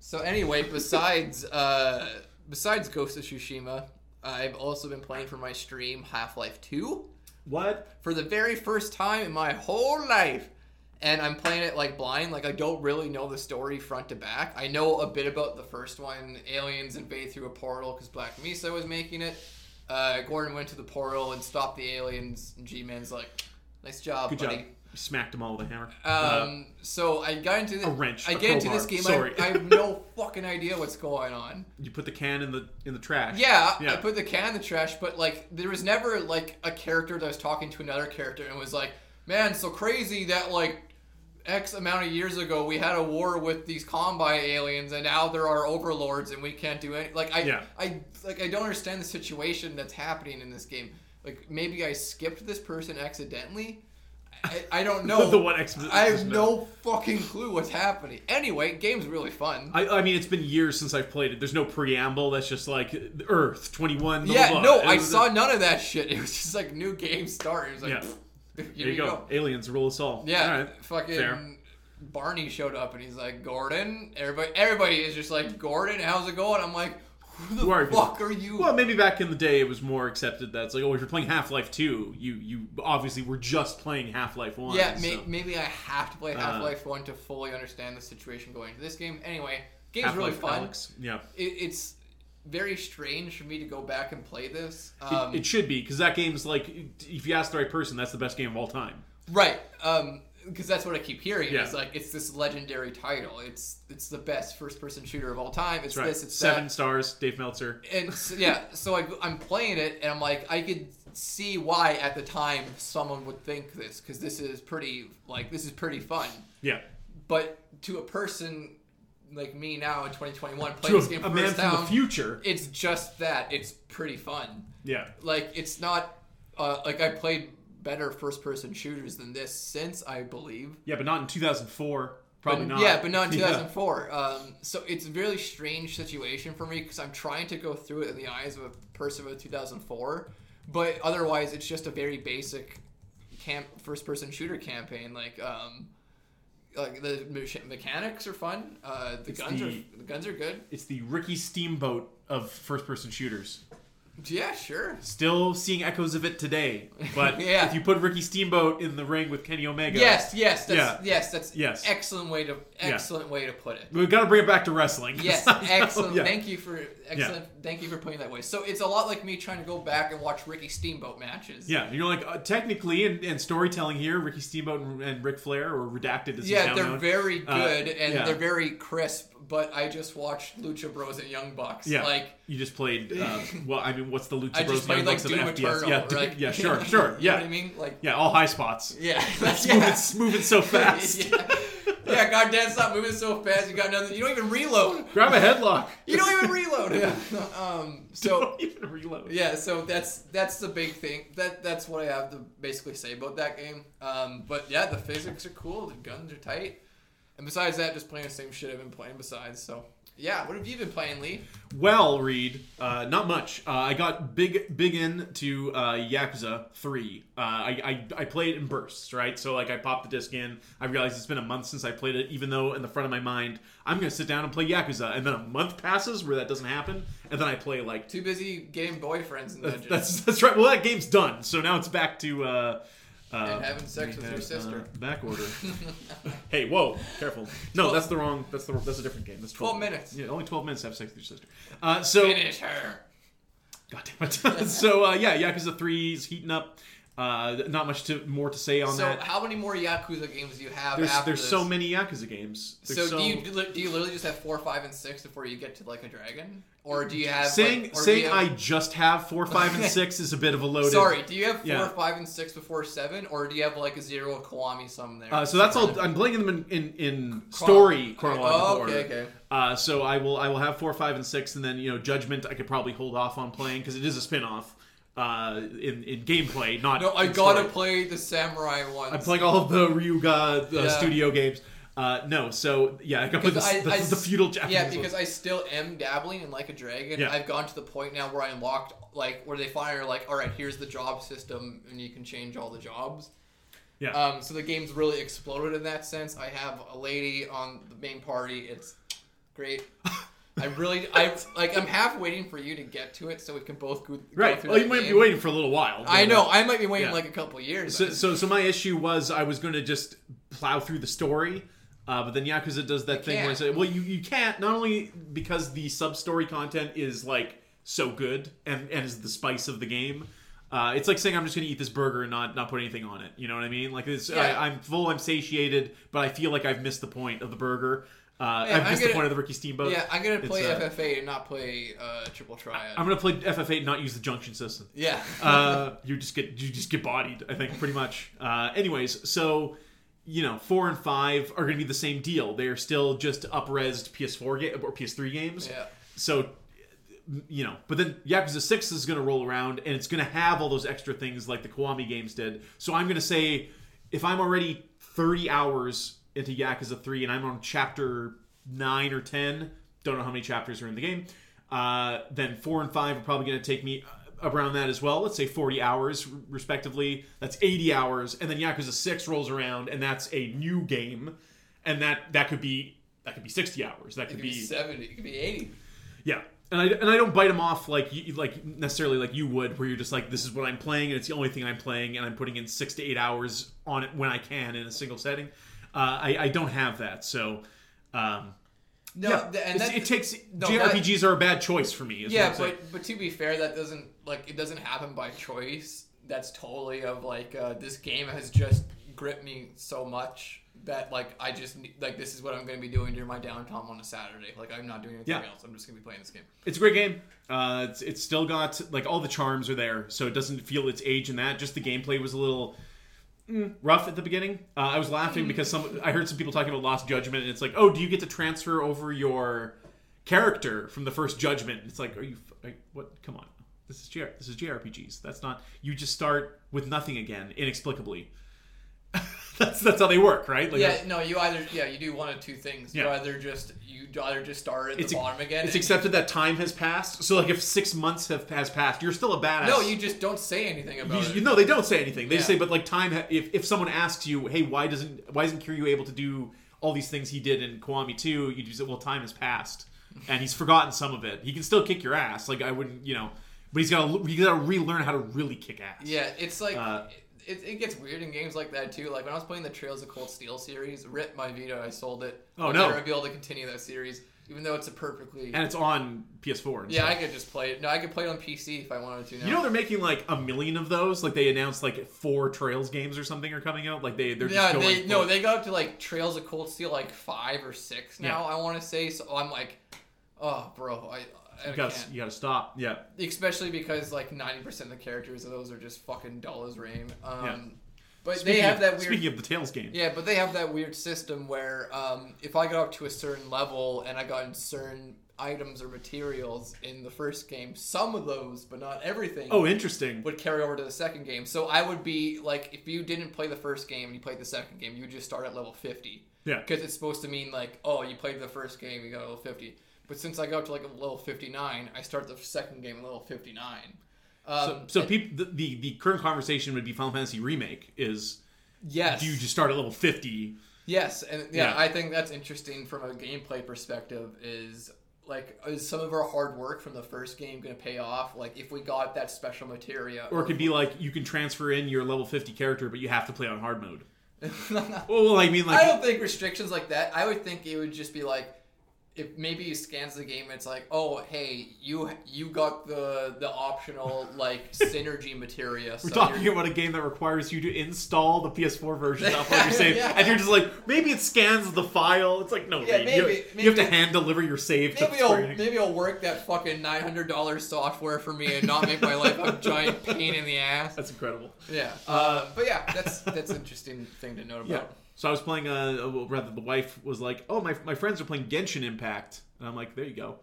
S1: So anyway, besides uh, besides Ghost of Tsushima, I've also been playing for my stream Half Life Two
S2: What?
S1: for the very first time in my whole life, and I'm playing it like blind. Like I don't really know the story front to back. I know a bit about the first one: aliens invade through a portal because Black Mesa was making it. Uh, Gordon went to the portal and stopped the aliens. And G-Man's like, Nice job,
S2: Good
S1: buddy.
S2: job. Smacked him all with a hammer. Uh,
S1: Um, so I got into this.
S2: a wrench,
S1: I
S2: a
S1: get into this game.
S2: crowbar, sorry.
S1: I, I have no fucking idea what's going on.
S2: you put the can in the in the trash.
S1: Yeah, I
S2: Yeah.
S1: put the can in the trash, but like there was never like a character that was talking to another character and was like, "Man, so crazy that like X amount of years ago we had a war with these combine aliens and now they're our overlords and we can't do any." Like I,
S2: Yeah.
S1: I like I don't understand the situation that's happening in this game. Like maybe I skipped this person accidentally. I, I don't know.
S2: The one accident-
S1: I have no fucking clue what's happening. Anyway, game's really fun.
S2: I, I mean, it's been years since I've played it. There's no preamble. That's just like Earth 21. blah,
S1: Yeah,
S2: blah,
S1: no,
S2: blah.
S1: I
S2: It was-
S1: saw none of that shit. It was just like new game start. It was like,
S2: Yeah.
S1: pfft, here
S2: There you go. Aliens rule us all.
S1: Yeah,
S2: All right.
S1: fucking
S2: Fair.
S1: Barney showed up and he's like, Gordon. Everybody, everybody is just like, Gordon, how's it going? I'm like, who the
S2: Who are you?
S1: fuck are you?
S2: Well, maybe back in the day it was more accepted that it's like, oh, if you're playing Half Life 2, you you obviously were just playing Half Life 1.
S1: yeah,
S2: so. Uh,
S1: may, maybe I have to play Half Life One to fully understand the situation going into this game. Anyway, game's
S2: Half-Life
S1: really fun.
S2: Alex. Yeah.
S1: It, it's very strange for me to go back and play this.
S2: It,
S1: Um,
S2: it should be, because that game's like, if you ask the right person, that's the best game of all time.
S1: Right. Um because that's what I keep hearing.
S2: Yeah.
S1: It's like it's this legendary title. It's it's the best first person shooter of all time. It's
S2: That's right.
S1: this. It's
S2: Seven
S1: that.
S2: stars, Dave Meltzer.
S1: And s yeah, so I, I'm playing it, and I'm like, I could see why at the time someone would think this because this is pretty like this is pretty fun.
S2: Yeah.
S1: But to a person like me now in 2021 playing
S2: To
S1: this game
S2: a, a
S1: for
S2: man
S1: first
S2: from the
S1: time,
S2: future.
S1: it's just that. It's pretty fun
S2: Yeah.
S1: like it's not uh, like I played better first person shooters than this since I believe.
S2: Yeah, but not in 2004.
S1: But-
S2: Probably not.
S1: Yeah, but not in
S2: Yeah.
S1: 2004. Um, so it's a really strange situation for me because I'm trying to go through it in the eyes of a person of 2004, but otherwise it's just a very basic camp first person shooter campaign. Like um, like the mech- mechanics are fun. Uh, the
S2: It's
S1: guns
S2: the-
S1: are the guns are good.
S2: It's the Ricky Steamboat of first person shooters.
S1: Yeah, sure.
S2: Still seeing echoes of it today. But
S1: Yeah.
S2: if you put Ricky Steamboat in the ring with Kenny Omega.
S1: Yes, yes, that's, yes, that's
S2: Yes.
S1: excellent way to excellent way to put it.
S2: We've got to bring it back to wrestling.
S1: Yes,
S2: So,
S1: excellent.
S2: yeah.
S1: Thank you for excellent. Thank you for putting it that way. So it's a lot like me trying to go back and watch Ricky Steamboat matches.
S2: Yeah, you're like, uh, technically, and, and storytelling here, Ricky Steamboat and, and Ric Flair, or Redacted as he's
S1: Yeah,
S2: now
S1: they're
S2: known.
S1: very
S2: Uh,
S1: good and
S2: yeah.
S1: they're very crisp. But I just watched Lucha Bros and Young Bucks.
S2: Yeah,
S1: like
S2: you just played. Uh, well, I mean, what's the Lucha
S1: I
S2: Bros
S1: just played
S2: Young
S1: like
S2: Bucks of
S1: Doom
S2: FBS?
S1: Eternal.
S2: Yeah, Doom-
S1: like,
S2: yeah, sure, sure,
S1: you know what I
S2: yeah,
S1: mean? Like,
S2: yeah, all high spots.
S1: yeah, that's
S2: Move it- It's moving so fast.
S1: yeah. yeah, goddamn, stop moving so fast. You got nothing. You don't even reload.
S2: Grab a headlock.
S1: You don't even reload. um. So
S2: Don't even reload.
S1: yeah so that's that's the big thing that that's what i have to basically say about that game um, but yeah the physics are cool the guns are tight and besides that just playing the same shit i've been playing besides so yeah what have you been playing lee
S2: Well, Reed, uh, not much. Uh, I got big, big into uh, Yakuza Three. Uh, I, I I played in bursts, right? So like, I popped the disc in. I realized it's been a month since I played it, even though in the front of my mind, I'm gonna sit down and play Yakuza, and then a month passes where that doesn't happen, and then I play like
S1: too busy getting boyfriends and dungeons
S2: that's that's right. Well, that game's done, so now it's back to. Uh, uh,
S1: And having sex with your
S2: uh,
S1: sister.
S2: back order. hey, whoa! Careful. No, that's the wrong. That's the that's a different game. That's 12,
S1: 12 minutes.
S2: Yeah, only twelve minutes to have sex with your sister. Uh, so
S1: finish her
S2: God damn it. so uh, yeah, Yakuza Three is heating up. Uh, not much to more to say on
S1: so
S2: that.
S1: how many more yakuza games do you have
S2: There's
S1: after
S2: there's
S1: this?
S2: so many Yakuza games. There's
S1: so, do you do you literally just have four, five, and six before you get to like a dragon, or do you have
S2: saying
S1: like, or do
S2: saying
S1: you have-
S2: I just have four, five, and six is a bit of a loaded.
S1: Sorry, do you have four,
S2: Yeah.
S1: five, and six before seven, or do you have like a zero Kiwami some there?
S2: Uh, so that's all. I'm playing them in in, in story chronological
S1: Oh, okay,
S2: order.
S1: okay.
S2: Uh, so I will I will have four, five, and six, and then you know Judgment. I could probably hold off on playing because it is a spin off uh, in in gameplay. Not
S1: No, I
S2: in
S1: gotta
S2: story.
S1: play the samurai ones.
S2: I'm playing all of the Ryuga uh,
S1: Yeah.
S2: studio games. Uh, no, so yeah, I can play the,
S1: Because I-
S2: the,
S1: I-
S2: the feudal Japanese.
S1: yeah,
S2: ones.
S1: because I still am dabbling in Like a Dragon.
S2: Yeah.
S1: I've gone to the point now where I unlocked like where they finally are like, all right, here's the job system, and you can change all the jobs.
S2: Yeah.
S1: Um, so the game's really exploded in that sense. I have a lady on the main party. It's great. I really, I like. I'm half waiting for you to get to it so we can both go, go
S2: right.
S1: through.
S2: Well,
S1: that
S2: you might be
S1: game.
S2: waiting for a little while.
S1: I
S2: but-
S1: know. I might be waiting
S2: Yeah.
S1: like a couple years.
S2: So, so, so my issue was I was going to just plow through the story, uh, but then Yakuza does that thing where I
S1: can't.
S2: say, well, you, you can't, not only because the sub story content is like so good and, and is the spice of the game, Uh, it's like saying I'm just going to eat this burger and not not put anything on it. You know what I mean? Like it's,
S1: Yeah.
S2: I, I'm full, I'm satiated, but I feel like I've missed the point of the burger. Uh,
S1: Yeah,
S2: I've
S1: I'm
S2: missed
S1: gonna-
S2: the point of the Ricky Steamboat.
S1: yeah, I'm gonna
S2: It's,
S1: play
S2: uh,
S1: FFA and not play uh, Triple Triad.
S2: I'm gonna play FF8 and not use the junction system.
S1: yeah.
S2: Uh, you just get you just get bodied, I think, pretty much. Uh, anyways, so you know, four and five are gonna be the same deal. They are still just upresed PS4 ga- or PS3 games.
S1: yeah.
S2: So you know, but then Yakuza Six is gonna roll around and it's gonna have all those extra things like the Kiwami games did. So I'm gonna say if I'm already 30 hours into Yakuza 3 and I'm on chapter 9 or 10, don't know how many chapters are in the game, uh, then 4 and 5 are probably going to take me uh, around that as well. Let's say 40 hours, r- respectively. That's 80 hours. And then Yakuza 6 rolls around and that's a new game. And that, that could be. That could be sixty hours. That
S1: It
S2: could,
S1: could be
S2: be
S1: seventy. It could be eighty.
S2: yeah, and I and I don't bite them off like you, like necessarily like you would, where you're just like, this is what I'm playing, and it's the only thing I'm playing, and I'm putting in six to eight hours on it when I can in a single setting. Uh, I I don't have that, so. Um,
S1: No,
S2: yeah,
S1: th- and
S2: it's-
S1: that,
S2: it takes
S1: no, that-
S2: JRPGs are a bad choice for me. Is
S1: yeah,
S2: what I'm saying.
S1: but but to be fair, that doesn't like it doesn't happen by choice. That's totally of like uh, this game has just gripped me so much that like I just ne- like this is what I'm gonna be doing during my downtime on a Saturday. Like I'm not doing anything
S2: Yeah.
S1: else. I'm just gonna be playing this game.
S2: it's a great game. Uh, it's it's still got like all the charms are there, so it doesn't feel its age in that. Just the gameplay was a little mm, rough at the beginning. Uh, I was laughing because some I heard some people talking about Lost Judgment, and it's like, oh, do you get to transfer over your character from the first Judgment? It's like, are you f- like, what? Come on, this is JR, this is JRPGs. That's not you just start with nothing again inexplicably. that's that's how they work, right? Like,
S1: Yeah, no, you either yeah you do one of two things. You
S2: Yeah.
S1: either just you either just start at
S2: It's
S1: the
S2: a-
S1: bottom again.
S2: It's
S1: and-
S2: accepted that time has passed. So like, if six months have has passed, you're still a badass.
S1: no, you just don't say anything about
S2: You,
S1: it.
S2: you know they don't say anything. They just
S1: Yeah.
S2: say, but like time. Ha- if if someone asks you, hey, why doesn't why isn't Kiryu able to do all these things he did in Kiwami Two? You just say, well, time has passed, and he's forgotten some of it. He can still kick your ass. Like I wouldn't, you know, but he's got to he's got to relearn how to really kick ass.
S1: Yeah, it's like
S2: Uh,
S1: it, it gets weird in games like that too. Like when I was playing the Trails of Cold Steel series, ripped my Vita, I sold it.
S2: Oh,
S1: I'll
S2: no.
S1: Never be able to continue that series, even though it's a perfectly.
S2: and it's on PS4. And
S1: yeah, I
S2: stuff.
S1: could just play it. No, I could play it on PC if I wanted to. Now.
S2: You know they're making like a million of those. Like they announced like four Trails games or something are coming out. Like they they're
S1: yeah,
S2: just going
S1: they,
S2: for
S1: no,
S2: it.
S1: they got up to like Trails of Cold Steel like five or six now. I want to say so. I'm like, oh, bro, I, I
S2: you gotta,
S1: can't.
S2: you gotta stop. Yeah.
S1: Especially because like ninety percent of the characters of those are just fucking dull as rain. Um,
S2: Yeah.
S1: But they
S2: Speaking
S1: have
S2: of-
S1: that weird
S2: Speaking of the Tails game,
S1: Yeah, but they have that weird system where um, if I got up to a certain level and I got certain items or materials in the first game, some of those, but not everything,
S2: Oh, interesting.
S1: would carry over to the second game. So I would be like, if you didn't play the first game and you played the second game, you would just start at level 50.
S2: Yeah.
S1: Because it's supposed to mean like, oh, you played the first game, you got level 50. But since I got up to like level 59, I start the second game at level 59. Um,
S2: So, so peop the, the the current conversation would be Final Fantasy remake is
S1: yes.
S2: do you just start at level fifty?
S1: Yes, and yeah,
S2: Yeah.
S1: I think that's interesting from a gameplay perspective. Is like is some of our hard work from the first game going to pay off? Like if we got that special material,
S2: Or it could be like you can transfer in your level fifty character, but you have to play on hard mode. Well, I mean,
S1: I
S2: like
S1: don't think restrictions like that. I would think it would just be like if maybe he scans the game, and it's like, oh hey, you you got the the optional like synergy material.
S2: we're
S1: so
S2: talking
S1: you're-
S2: about a game that requires you to install the PS4 version off
S1: Yeah,
S2: of your save,
S1: yeah.
S2: and you're just like maybe it scans the file. It's like no,
S1: Yeah,
S2: Reed,
S1: maybe-
S2: you, you have to
S1: maybe-
S2: hand deliver your save. to
S1: Maybe I'll
S2: Square Enix.
S1: maybe I'll work that fucking nine hundred dollars software for me and not make my life a giant pain in the ass.
S2: That's incredible.
S1: Yeah. Uh, but yeah, that's that's an interesting thing to note about.
S2: Uh, Yeah. So I was playing. Uh, well, rather, the wife was like, "Oh, my, my friends are playing Genshin Impact," and I'm like, "There you go."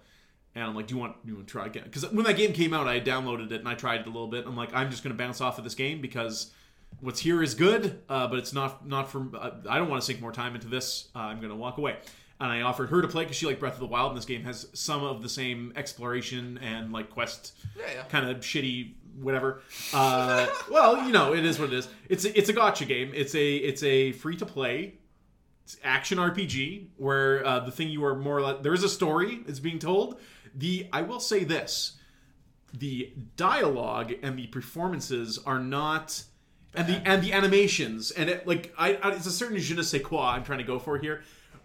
S2: And I'm like, "Do you want do you want to try again?" Because when that game came out, I had downloaded it and I tried it a little bit. I'm like, "I'm just going to bounce off of this game because what's here is good, uh, but it's not not for. Uh, I don't want to sink more time into this. Uh, I'm going to walk away." And I offered her to play because she liked Breath of the Wild, and this game has some of the same exploration and like quest
S1: Yeah, yeah.
S2: kind of shitty whatever. Uh, well, you know, it is what it is. It's a, it's a gotcha game. It's a it's a free to play action RPG where uh, the thing you are more or less there is a story it's being told. The I will say this: the dialogue and the performances are not. And the and the animations and it like I, I it's a certain je ne sais quoi I'm trying to go for here.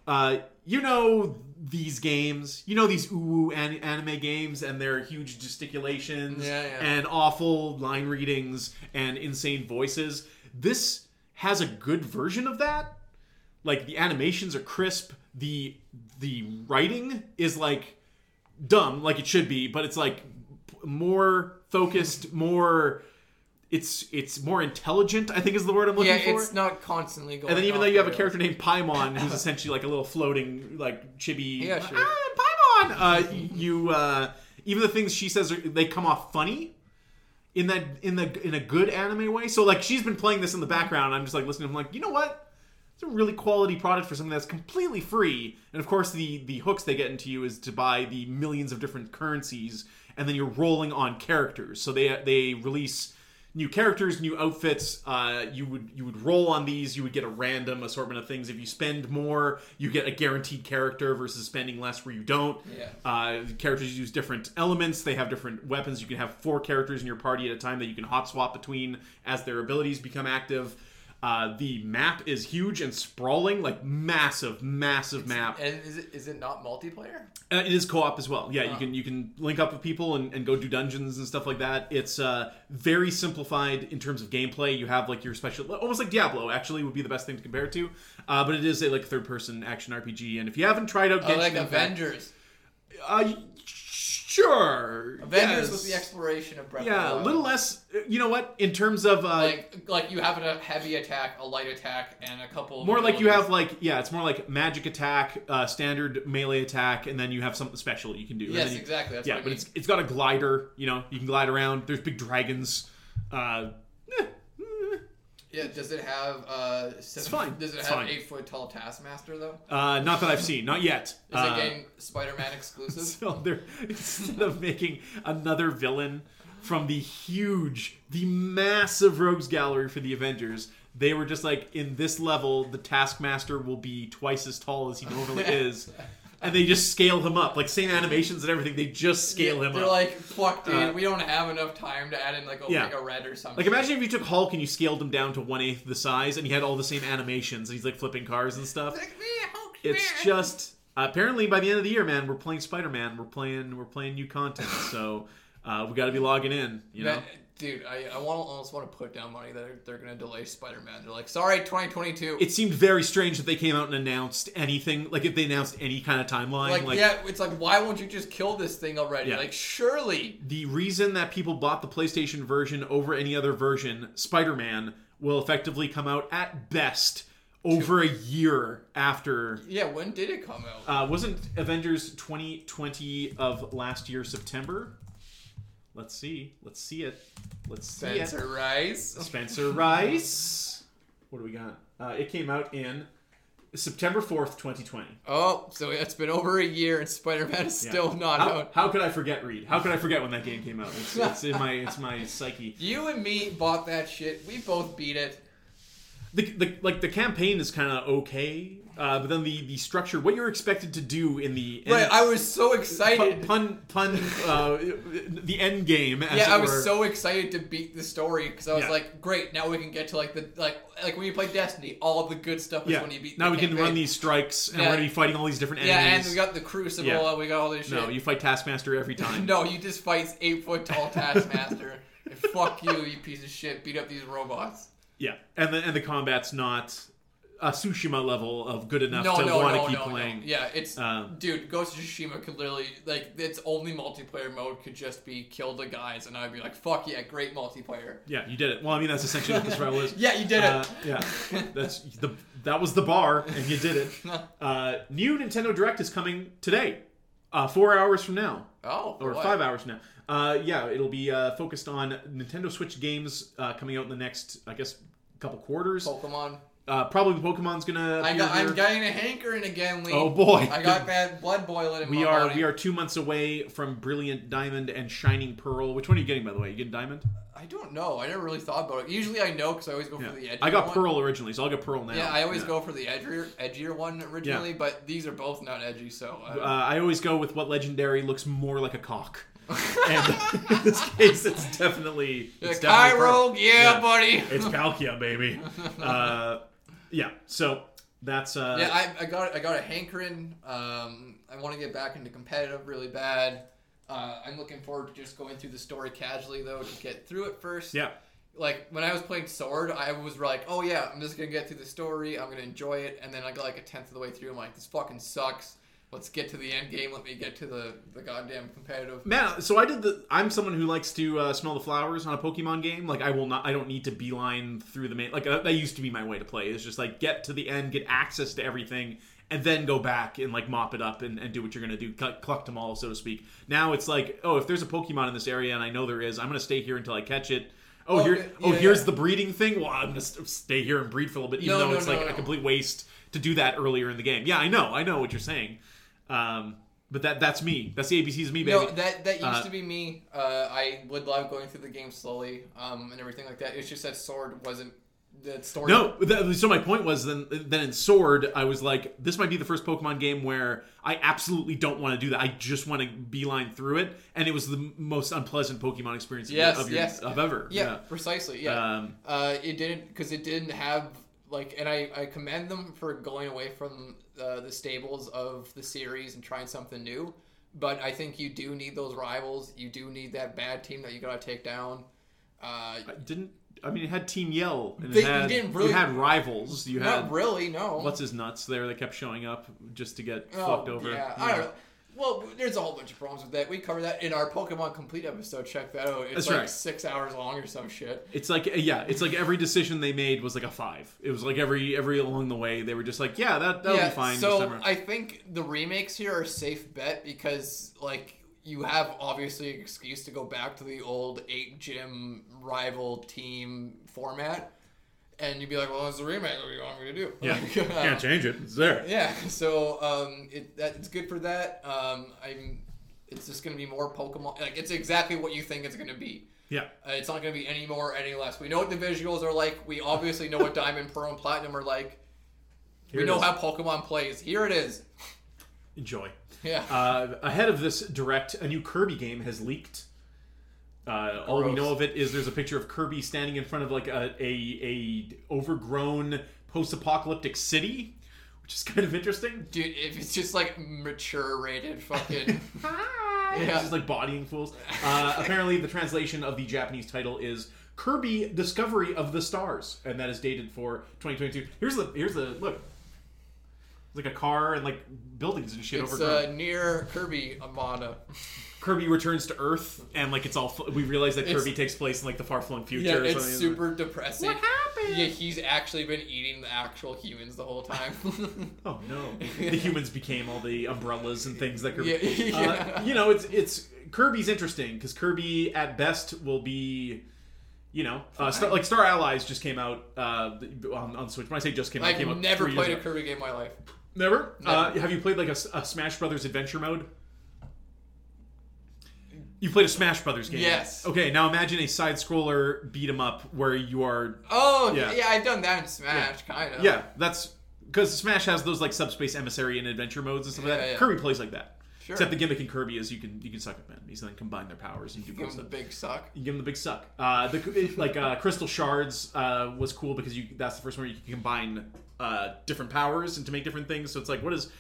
S2: Uh, you know these games, you know these uwu an- anime games and their huge gesticulations
S1: Yeah, yeah.
S2: and awful line readings and insane voices. This has a good version of that. Like the animations are crisp, the the writing is like dumb like it should be, but it's like p- more focused, more it's it's more intelligent, I think is the word I'm looking
S1: yeah,
S2: for.
S1: it's not constantly going.
S2: And then even
S1: off
S2: though you have
S1: the
S2: a
S1: rails.
S2: character named Paimon, who's essentially like a little floating like chibi.
S1: Yeah, sure.
S2: Ah, Paimon. Uh, you uh, even the things she says are, they come off funny. In that in the in a good anime way. So like she's been playing this in the background. I'm just like listening. I'm like, you know what? It's a really quality product for something that's completely free. And of course, the the hooks they get into you is to buy the millions of different currencies, and then you're rolling on characters. So they they release new characters, new outfits. Uh, you would you would roll on these. You would get a random assortment of things. If you spend more, you get a guaranteed character versus spending less where you don't.
S1: Yeah.
S2: Uh, characters use different elements. They have different weapons. You can have four characters in your party at a time that you can hot swap between as their abilities become active. Uh, the map is huge and sprawling, like massive, massive map.
S1: And is it, is it not multiplayer?
S2: Uh, it is co-op as well.
S1: Uh-huh.
S2: Yeah, you can you can link up with people and, and go do dungeons and stuff like that. It's uh, very simplified in terms of gameplay. You have like your special, almost like Diablo. Actually, would be the best thing to compare it to. Uh, but it is a like third-person action RPG. And if you haven't tried out,
S1: Oh,
S2: Genshin
S1: like
S2: Impact-
S1: Avengers.
S2: uh, y- sure,
S1: Avengers
S2: yes.
S1: was the exploration of Breath.
S2: yeah,
S1: of the
S2: a
S1: Wild.
S2: little less. You know what? In terms of uh,
S1: like like you have a heavy attack, a light attack, and a couple. of
S2: more like you
S1: abilities.
S2: have like yeah, it's more like magic attack, uh, standard melee attack, and then you have something special you can do. And
S1: Yes,
S2: then you-
S1: exactly. That's
S2: yeah,
S1: what I
S2: but
S1: mean.
S2: it's it's got a glider. You know, you can glide around. There's big dragons. Uh, eh, eh.
S1: yeah. Does it have uh? Seven,
S2: fine.
S1: Does it
S2: It's
S1: have
S2: fine.
S1: eight foot tall Taskmaster though? Is
S2: Uh, not that I've seen, not yet. Uh,
S1: it game Spider Man exclusive?
S2: so they're instead of making another villain from the huge, the massive rogues gallery for the Avengers. They were just like, in this level, the Taskmaster will be twice as tall as he normally is, and they just scale him up, like same animations and everything. They just scale him
S1: They're
S2: up.
S1: like, fuck, dude.
S2: Uh,
S1: we don't have enough time to add in like a,
S2: Yeah.
S1: like a red or something.
S2: Like imagine if you took Hulk and you scaled him down to one eighth the size, and he had all the same animations, and he's like flipping cars and stuff.
S1: Like, "Man, Hulk,
S2: It's
S1: man."
S2: just apparently by the end of the year, man, we're playing Spider Man, we're playing we're playing new content, so uh, we got to be logging in, you know.
S1: Man, dude. I, I want almost want to put down money that they're, they're gonna delay Spider Man. They're like, sorry, 2022.
S2: It seemed very strange that they came out and announced anything, like if they announced any kind of timeline,
S1: like,
S2: like,
S1: yeah, it's like, why won't you just kill this thing already?
S2: Yeah.
S1: Like, surely.
S2: the reason that people bought the PlayStation version over any other version, Spider Man will effectively come out at best over a year after
S1: Yeah, when did it come out?
S2: Uh, wasn't Avengers 2020 of last year September? Let's see. Let's see it. Let's see
S1: Spencer Rice.
S2: it. Spencer Rice. What do we got? Uh, it came out in September 4th, 2020.
S1: Oh, so it's been over a year and Spider-Man is
S2: Yeah.
S1: still not
S2: how,
S1: out.
S2: How could I forget Reed? How could I forget when that game came out? It's, it's in my it's my psyche.
S1: You and me bought that shit. We both beat it.
S2: the, the like the campaign is kind of okay, uh, but then the the structure, what you're expected to do in the
S1: Right,
S2: end,
S1: I was so
S2: pun
S1: excited.
S2: pun, pun uh, the end game. As
S1: yeah, I
S2: it
S1: was
S2: were.
S1: so excited to beat the story because I was
S2: Yeah.
S1: like, great, now we can get to like the like like when you play Destiny, all the good stuff is
S2: Yeah.
S1: when you beat.
S2: now
S1: the
S2: we can run
S1: campaign.
S2: these strikes, and
S1: Yeah.
S2: we're gonna be fighting all these different
S1: Yeah, and
S2: enemies.
S1: we got the Crucible.
S2: Yeah.
S1: and We got all this shit.
S2: no, you fight Taskmaster every time.
S1: No, you just fights eight foot tall Taskmaster. and fuck you, you piece of shit. Beat up these robots.
S2: Yeah, and the and the combat's not a Tsushima level of good enough
S1: No,
S2: to
S1: no,
S2: want to
S1: no,
S2: keep
S1: no,
S2: playing.
S1: no. Yeah, it's
S2: Um,
S1: dude. Ghost of Tsushima could literally like its only multiplayer mode could just be kill the guys, and I'd be like, fuck yeah, great multiplayer.
S2: Yeah, you did it. Well, I mean that's essentially what this rival is.
S1: Yeah, you did it.
S2: Uh, yeah, that's the that was the bar, and you did it. Uh, new Nintendo Direct is coming today, uh, four hours from now.
S1: oh,
S2: or
S1: what?
S2: five hours now. Uh, yeah, it'll be uh, focused on Nintendo Switch games uh, coming out in the next, I guess, couple quarters.
S1: Pokemon.
S2: Uh, probably Pokemon's
S1: Oh.
S2: gonna.
S1: I
S2: appear
S1: got,
S2: here.
S1: I'm getting a hankering again, Lee.
S2: oh boy!
S1: I got that blood boiling in my
S2: we are
S1: body.
S2: we are two months away from Brilliant Diamond and Shining Pearl. Which one are you getting, by the way? You getting Diamond?
S1: I don't know. I never really thought about it. Usually I know because I always go
S2: Yeah.
S1: for the edgier
S2: I got
S1: one.
S2: Pearl originally, so I'll get Pearl now.
S1: Yeah, I always
S2: Yeah.
S1: go for the edgier, edgier one originally, but these are both not edgy, so. I
S2: Uh,
S1: don't-
S2: I always go with what legendary looks more like a cock. and in this case, it's definitely it's definitely Pearl.
S1: Cairo, yeah,
S2: Yeah.
S1: buddy.
S2: It's Palkia, baby. Uh, yeah. So That's uh,
S1: yeah, I, I got I got a hankering. Um, I want to get back into competitive really bad. Uh, I'm looking forward to just going through the story casually though to get through it first.
S2: yeah.
S1: Like when I was playing Sword, I was like, oh yeah, I'm just gonna get through the story. I'm gonna enjoy it, and then I got like a tenth of the way through. I'm like, this fucking sucks. Let's get to the end game. Let me get to the the goddamn competitive.
S2: Man, so I did the. I'm someone who likes to uh, smell the flowers on a Pokemon game. Like I will not. I don't need to beeline through the main. Like uh, that used to be my way to play. Is just like get to the end, get access to everything, and then go back and like mop it up and, and do what you're gonna do. Cl- cluck them all, so to speak. Now it's like, oh, if there's a Pokemon in this area, and I know there is, I'm gonna stay here until I catch it. Oh,
S1: Oh,
S2: here.
S1: yeah,
S2: oh,
S1: yeah,
S2: here's
S1: yeah.
S2: the breeding thing. Well, I'm gonna st- stay here and breed for a little bit, even
S1: No,
S2: though
S1: no,
S2: it's
S1: no,
S2: like a
S1: no.
S2: complete waste to do that earlier in the game. Yeah, I know. I know what you're saying. Um, but that that's me. That's the ABCs of me, baby.
S1: No, that that used
S2: Uh,
S1: to be me. Uh, I would love going through the game slowly um, and everything like that. It's just that Sword wasn't the story.
S2: No, th- so my point was then. Then in Sword, I was like, this might be the first Pokemon game where I absolutely don't want to do that. I just want to beeline through it, and it was the m- most unpleasant Pokemon experience of your-
S1: Yes,
S2: of, your,
S1: yes.
S2: of ever.
S1: Yeah, precisely. Yeah.
S2: Um,
S1: Uh, it didn't because it didn't have like, and I, I commend them for going away from uh, the stables of the series and trying something new. But I think you do need those rivals. You do need that bad team that you gotta take down. Uh,
S2: I didn't. I mean, it had Team Yell, and
S1: They-
S2: it
S1: you
S2: had,
S1: didn't really-
S2: you had rivals. You had
S1: not really, no.
S2: what's his nuts there that kept showing up just to get
S1: Oh,
S2: fucked over.
S1: Yeah, I don't know. Well, there's a whole bunch of problems with that. We cover that in our Pokemon Complete episode. Check that out. It's
S2: That's
S1: like
S2: right.
S1: six hours long or some shit.
S2: It's like uh, yeah, it's like every decision they made was like a five. It was like every every along the way they were just like yeah that that'll
S1: yeah,
S2: be fine. this time
S1: so
S2: around.
S1: I think the remakes here are a safe bet because like you have obviously an excuse to go back to the old eight gym rival team format, and you'd be like, well, it's a remake. What do you want me to do?
S2: yeah,
S1: Like, uh,
S2: can't change it. It's there.
S1: Yeah, so um, it, that, it's good for that. Um, I'm. It's just going to be more Pokemon. Like it's exactly what you think it's going to be.
S2: Yeah.
S1: Uh, it's not going to be any more, or any less. We know what the visuals are like. We obviously know what Diamond, Pearl, and Platinum are like.
S2: Here
S1: we
S2: it
S1: know
S2: is.
S1: how Pokemon plays. Here it is.
S2: Enjoy.
S1: Yeah.
S2: Uh, ahead of this direct, a new Kirby game has leaked. Uh, all we
S1: Gross.
S2: know of it is there's a picture of Kirby standing in front of like a a, a overgrown post-apocalyptic city, which is kind of interesting.
S1: Dude, if it's just like mature rated fucking.
S2: Hi.
S1: Yeah.
S2: Just like bodying fools. Uh, apparently, the translation of the Japanese title is Kirby: Discovery of the Stars, and that is dated for 2022. Here's the here's the look. It's like a car and like buildings and shit
S1: it's
S2: overgrown.
S1: uh, near Kirby Amada.
S2: Kirby returns to Earth, and like it's all we realize that
S1: It's-
S2: Kirby takes place in like the far flung future.
S1: Yeah,
S2: or
S1: it's
S2: something.
S1: super depressing.
S2: What happened?
S1: Yeah, he's actually been eating the actual humans the whole time.
S2: Oh no! The humans became all the umbrellas and things that Kirby.
S1: Yeah, yeah.
S2: Uh, you know, it's it's Kirby's interesting because Kirby at best will be, you know, uh, Star, like Star Allies just came out uh, on, on Switch. When I say just came out, it came
S1: I've
S2: out
S1: never
S2: three years
S1: played a
S2: ago.
S1: Kirby game in my life.
S2: Never. Uh,
S1: Never.
S2: have you played like a, s- a Smash Brothers Adventure mode? You played a Smash Brothers game.
S1: Yes.
S2: Okay, now imagine a side scroller beat 'em up where you are
S1: Oh,
S2: Yeah.
S1: yeah, I've done that in Smash, kind of.
S2: Yeah, that's because Smash has those like subspace emissary and adventure modes and stuff like
S1: Yeah,
S2: that.
S1: yeah.
S2: Kirby plays like that.
S1: Sure.
S2: Except the gimmick in Kirby is you can you can suck up enemies and then combine their powers and do cool
S1: Give him the
S2: stuff.
S1: big suck.
S2: You give them the big suck. Uh, the like uh, crystal shards uh, was cool because you that's the first one where you can combine uh, different powers and to make different things. So it's like what does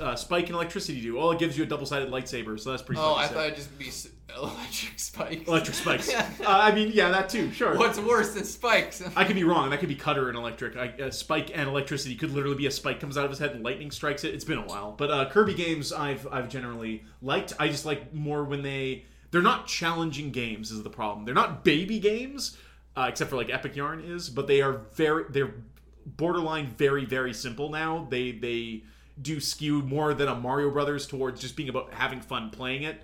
S2: uh, spike and electricity do? Well, it gives you a double sided lightsaber, so that's pretty.
S1: Oh,
S2: fucking
S1: I
S2: sick.
S1: thought it'd just be s- electric spikes.
S2: electric spikes. uh, I mean, yeah, that too. Sure.
S1: What's worse than spikes?
S2: I could be wrong. That could be cutter and electric. I, uh, spike and electricity could literally be a spike comes out of his head and lightning strikes it. It's been a while, but uh, Kirby games I've I've generally liked. I just like more when they they're not challenging games is the problem. They're not baby games, uh, except for like Epic Yarn is, but they are very they're borderline very very simple now. They they do skew more than a Mario Brothers towards just being about having fun playing it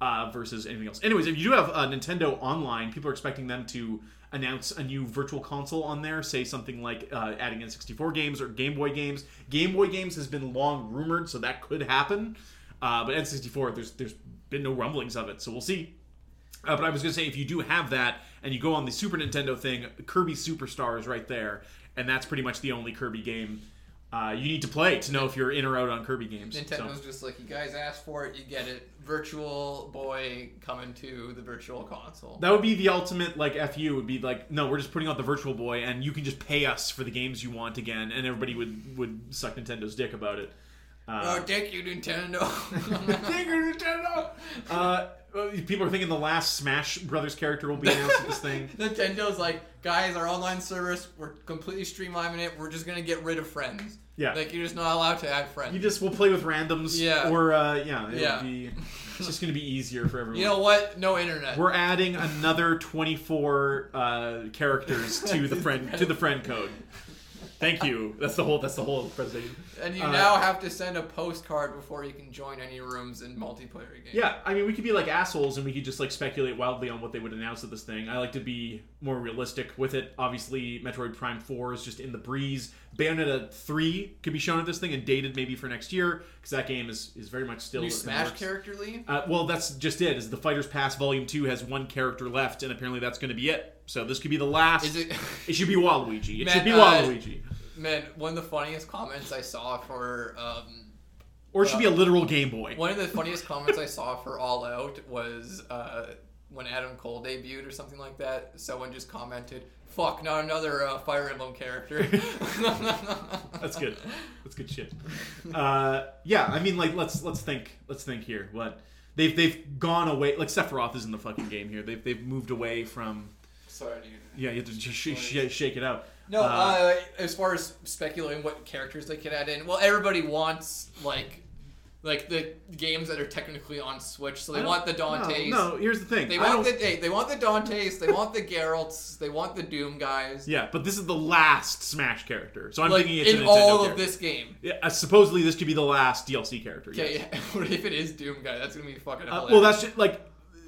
S2: uh, versus anything else. Anyways, if you do have uh, Nintendo Online, people are expecting them to announce a new virtual console on there, say something like uh, adding N64 games or Game Boy games. Game Boy games has been long rumored, so that could happen. Uh, but N64, there's there's been no rumblings of it, so we'll see. Uh, but I was gonna say, if you do have that and you go on the Super Nintendo thing, Kirby Superstar is right there, and that's pretty much the only Kirby game uh, you need to play to know if you're in or out on Kirby games. so-
S1: Nintendo's just like, you guys asked for it, you get it. Virtual Boy coming to the Virtual Console.
S2: That would be the ultimate like FU would be like, no, we're just putting out the Virtual Boy and you can just pay us for the games you want again, and everybody would would suck Nintendo's dick about it.
S1: oh,
S2: Uh,
S1: thank you, Nintendo.
S2: Thank you, Nintendo. Uh, well, people are thinking the last Smash Brothers character will be announced at this thing.
S1: Nintendo's like, guys, our online service, we're completely streamlining it. We're just gonna get rid of friends.
S2: Yeah.
S1: Like you're just not allowed to add friends.
S2: You just will play with randoms,
S1: Yeah.
S2: or uh, yeah, it
S1: Yeah.
S2: would be. It's just going to be easier for everyone.
S1: You know what? No internet.
S2: We're adding another 24 uh, characters to the friend to the friend code. Thank you. That's the whole. That's the whole presentation.
S1: and you
S2: uh,
S1: now have to send a postcard before you can join any rooms in multiplayer games.
S2: Yeah, I mean, we could be like assholes and we could just like speculate wildly on what they would announce at this thing. I like to be more realistic with it. Obviously, Metroid Prime 4 is just in the breeze. Bayonetta 3 could be shown at this thing and dated maybe for next year because that game is, is very much still.
S1: New
S2: in the
S1: Smash
S2: works.
S1: character, Lee.
S2: Uh, well, that's just it. Is the Fighters Pass Volume 2 has one character left and apparently that's going to be it. So this could be the last.
S1: Is it?
S2: It should be Waluigi. It
S1: Man,
S2: should be
S1: uh,
S2: Waluigi.
S1: Man, one of the funniest comments I saw for um,
S2: Or it should be a literal Game Boy.
S1: One of the funniest comments I saw for All Out was uh, when Adam Cole debuted or something like that. Someone just commented, "Fuck, not another uh, Fire Emblem character."
S2: That's good. That's good shit. Uh, yeah, I mean, like let's let's think let's think here. What they've they've gone away. Like Sephiroth is in the fucking game here. They've they've moved away from.
S1: Sorry, dude.
S2: Yeah, you have to sh- sh- shake it out.
S1: No,
S2: Uh,
S1: uh, as far as speculating what characters they could add in, well, everybody wants like, like the games that are technically on Switch, so
S2: I
S1: they
S2: don't-
S1: want the Dantes.
S2: No, no, here's the thing.
S1: They
S2: I
S1: want the
S2: don't-
S1: they, they want the Dantes. They want the Geralts. They want the Doom guys.
S2: yeah, but this is the last Smash character, so I'm
S1: like
S2: thinking it's a
S1: in
S2: Nintendo
S1: all of
S2: character.
S1: this game.
S2: Yeah, uh, supposedly this could be the last DLC character. yes.
S1: Okay, yeah. What if it is Doom guy? That's gonna be fucking
S2: Uh,
S1: hilarious.
S2: well, that's just, like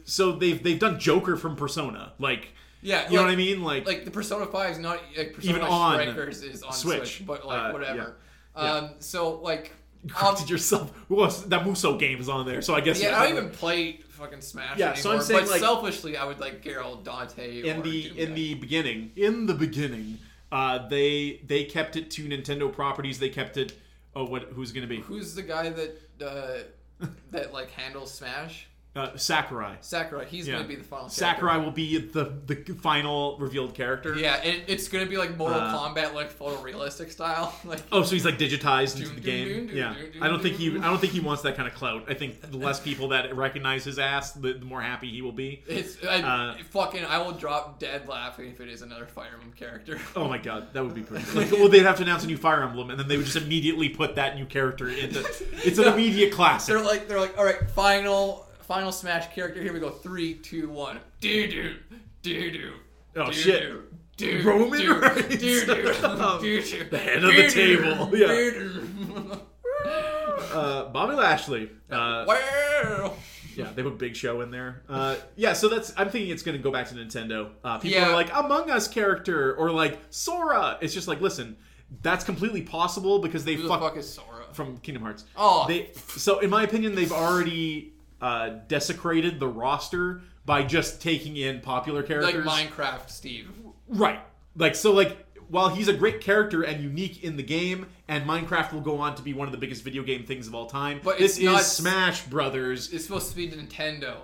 S2: so they've they've done Joker from Persona. Like
S1: yeah.
S2: you know
S1: like,
S2: what I mean? Like,
S1: Like the Persona Five is not like Persona
S2: Even on
S1: Strikers is on Switch,
S2: Switch.
S1: but like
S2: Uh,
S1: whatever.
S2: yeah. Yeah.
S1: Um, so like,
S2: you
S1: um,
S2: corrected yourself. Well, it's- that Muso game is on there, so I guess
S1: yeah,
S2: you're
S1: I
S2: covered.
S1: don't even play fucking Smash
S2: Yeah,
S1: anymore.
S2: so I'm saying,
S1: but
S2: like-
S1: selfishly, I would like Geralt, Dante,
S2: in
S1: or
S2: the
S1: Doom
S2: in
S1: guy.
S2: the beginning in the beginning uh they they kept it to nintendo properties they kept it oh what who's gonna be
S1: Who's the guy that uh, that like handles Smash?
S2: uh sakurai
S1: Sakurai. He's
S2: Yeah.
S1: gonna be the final.
S2: sakurai will be the the final revealed character
S1: Character. Yeah, it, it's gonna be like Mortal
S2: Uh,
S1: Kombat, like photorealistic style. Like
S2: Oh, so he's like digitized into
S1: Doom,
S2: the
S1: doom,
S2: game.
S1: doom, doom,
S2: yeah,
S1: doom, doom,
S2: I don't think he.
S1: doom.
S2: I don't think he wants that kind of clout. I think the less people that recognize his ass, the, the more happy he will be.
S1: It's I,
S2: Uh,
S1: fucking. I will drop dead laughing if it is another Fire Emblem character.
S2: Oh my god, that would be pretty. Like, well, they'd have to announce a new Fire Emblem, and then they would just immediately put that new character into. It's an
S1: No.
S2: immediate classic.
S1: They're like, they're like, all right, final, final Smash character. Here we go. Three, two, one. Do do, do do.
S2: Oh, shit.
S1: Do
S2: Roman
S1: do,
S2: Reigns.
S1: Do do,
S2: Um,
S1: do do.
S2: the head of the table. Yeah.
S1: Yeah.
S2: uh, Bobby Lashley. Uh,
S1: Wow.
S2: yeah, they put Big Show in there. Uh, yeah, so that's. I'm thinking it's going to go back to Nintendo. Uh, people
S1: Yeah.
S2: are like Among Us character or like Sora. It's just like listen, that's completely possible because they
S1: Who the
S2: fuck,
S1: fuck is Sora?
S2: from Kingdom Hearts.
S1: Oh.
S2: they. So in my opinion, they've already uh, desecrated the roster by just taking in popular
S1: Like
S2: characters.
S1: Minecraft, Steve.
S2: Right. Like so like while he's a great character and unique in the game, and Minecraft will go on to be one of the biggest video game things of all time.
S1: But
S2: this
S1: it's not-
S2: is Smash Brothers.
S1: It's supposed to be Nintendo.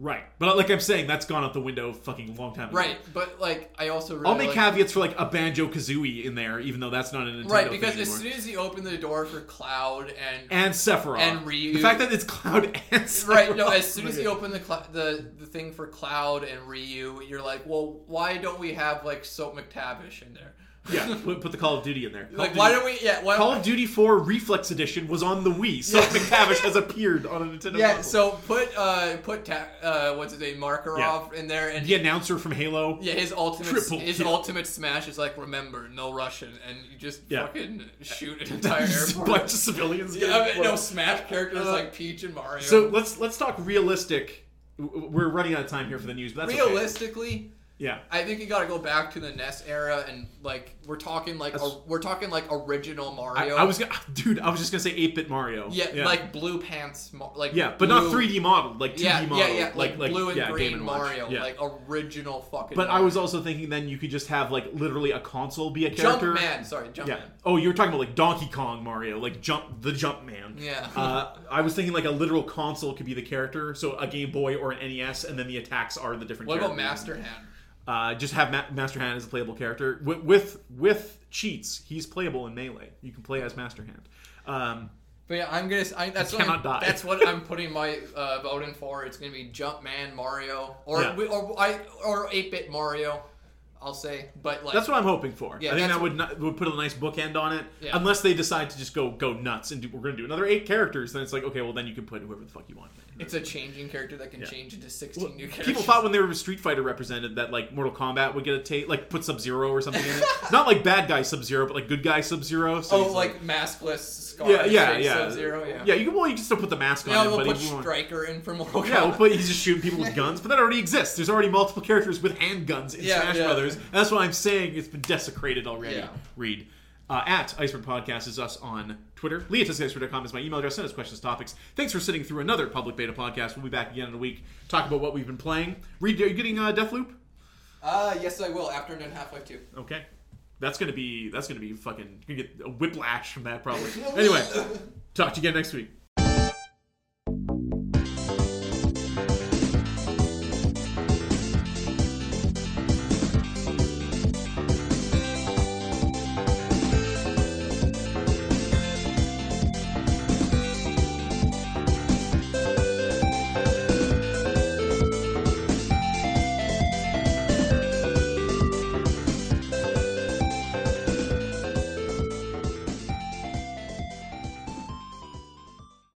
S2: Right. But like I'm saying, that's gone out the window fucking long time ago.
S1: Right, but like I also really
S2: I'll make
S1: like-
S2: caveats for like a Banjo Kazooie in there, even though that's not a Nintendo
S1: right because
S2: thing
S1: as
S2: anymore.
S1: soon as you open the door for Cloud and
S2: and Sephiroth.
S1: And Ryu.
S2: The fact that it's Cloud and Sephiroth.
S1: Right. No. As soon as
S2: Okay.
S1: you open the, cl- the the thing for Cloud and Ryu, you're like, well, why don't we have like Soap McTavish in there?
S2: Yeah, put, put the Call of Duty in there. Call
S1: like,
S2: of
S1: why
S2: Duty-
S1: don't we? Yeah. Why?
S2: Call of Duty 4 Reflex Edition was on the Wii, so
S1: Yeah.
S2: McTavish has appeared on a Nintendo
S1: yeah.
S2: console.
S1: So put uh put ta- uh what's his name Markarov in there and.
S2: the announcer from Halo.
S1: yeah, his ultimate
S2: Triple
S1: his
S2: kill.
S1: ultimate smash is like remember no Russian and you just
S2: Yeah.
S1: fucking shoot an entire
S2: Just a
S1: airport.
S2: bunch of civilians.
S1: Yeah,
S2: getting
S1: I mean,
S2: blown.
S1: no smash characters
S2: Uh,
S1: like Peach and Mario.
S2: So let's let's talk realistic. W- We're running out of time here for the news, but that's okay.
S1: realistically,
S2: Yeah.
S1: I think you got to go back to the NES era and like we're talking like
S2: That's-
S1: a, we're talking like original
S2: I,
S1: Mario.
S2: I was, gonna, dude. I was just gonna say eight bit Mario.
S1: yeah, like blue pants, Mar- like
S2: yeah, but not
S1: blue-
S2: three D modeled, like two D
S1: Yeah,
S2: modeled,
S1: yeah, yeah,
S2: like like
S1: blue and
S2: yeah,
S1: green
S2: Game and Watch.
S1: Mario,
S2: Yeah.
S1: like original fucking.
S2: but I
S1: Mario.
S2: was also thinking then you could just have like literally a console be a character.
S1: Jumpman, sorry, Jumpman.
S2: Yeah. Oh, you were talking about like Donkey Kong Mario, like jump the jump man.
S1: Yeah.
S2: Uh, I was thinking like a literal console could be the character, so a Game Boy or an NES, and then the attacks are the different.
S1: What about
S2: characters.
S1: Master Hand?
S2: Uh, just have Ma- Master Hand as a playable character with, with with cheats. He's playable in melee. You can play as Master Hand. Um,
S1: But yeah, I'm gonna. I, that's what
S2: cannot
S1: I'm,
S2: die.
S1: That's what I'm putting my uh, vote in for. It's gonna be Jumpman Mario, or
S2: Yeah.
S1: we or I or eight bit Mario. I'll say, but like
S2: that's what I'm hoping for.
S1: Yeah,
S2: I think
S1: that's
S2: that would not, would put a nice bookend on it.
S1: Yeah.
S2: Unless they decide to just go go nuts and do, we're going to do another eight characters, then it's like okay, well then you can put whoever the fuck you want.
S1: it's a changing character that can
S2: Yeah.
S1: change into 16
S2: Well,
S1: new characters.
S2: people thought when they were Street Fighter represented that like Mortal Kombat would get a tape, like put Sub Zero or something in it. Not like bad guy Sub Zero, but like good guy Sub Zero. So
S1: oh,
S2: he's,
S1: like maskless Scar.
S2: yeah, yeah,
S1: Shade
S2: yeah,
S1: Sub-Zero, yeah.
S2: yeah. You can well, you can still put the mask
S1: Now
S2: on him,
S1: we'll
S2: but
S1: put
S2: he won't-
S1: Striker in for Mortal Kombat.
S2: Yeah, well, but he's just shooting people with guns, but that already exists. There's already multiple characters with handguns in
S1: Yeah,
S2: Smash
S1: yeah.
S2: Brothers. And that's why I'm saying it's been desecrated already.
S1: Yeah.
S2: Read. Uh, at Iceberg Podcast is us on Twitter. LeahTuskyIceberg.com is my email address. Send us questions, topics. Thanks for sitting through another public beta podcast. We'll be back again in a week. Talk about what we've been playing. Read, are you getting uh, Deathloop?
S1: Uh, yes, I will after Nin Half Life 2.
S2: Okay. That's gonna be that's gonna be fucking. You're gonna get a whiplash from that probably. anyway, talk to you again next week.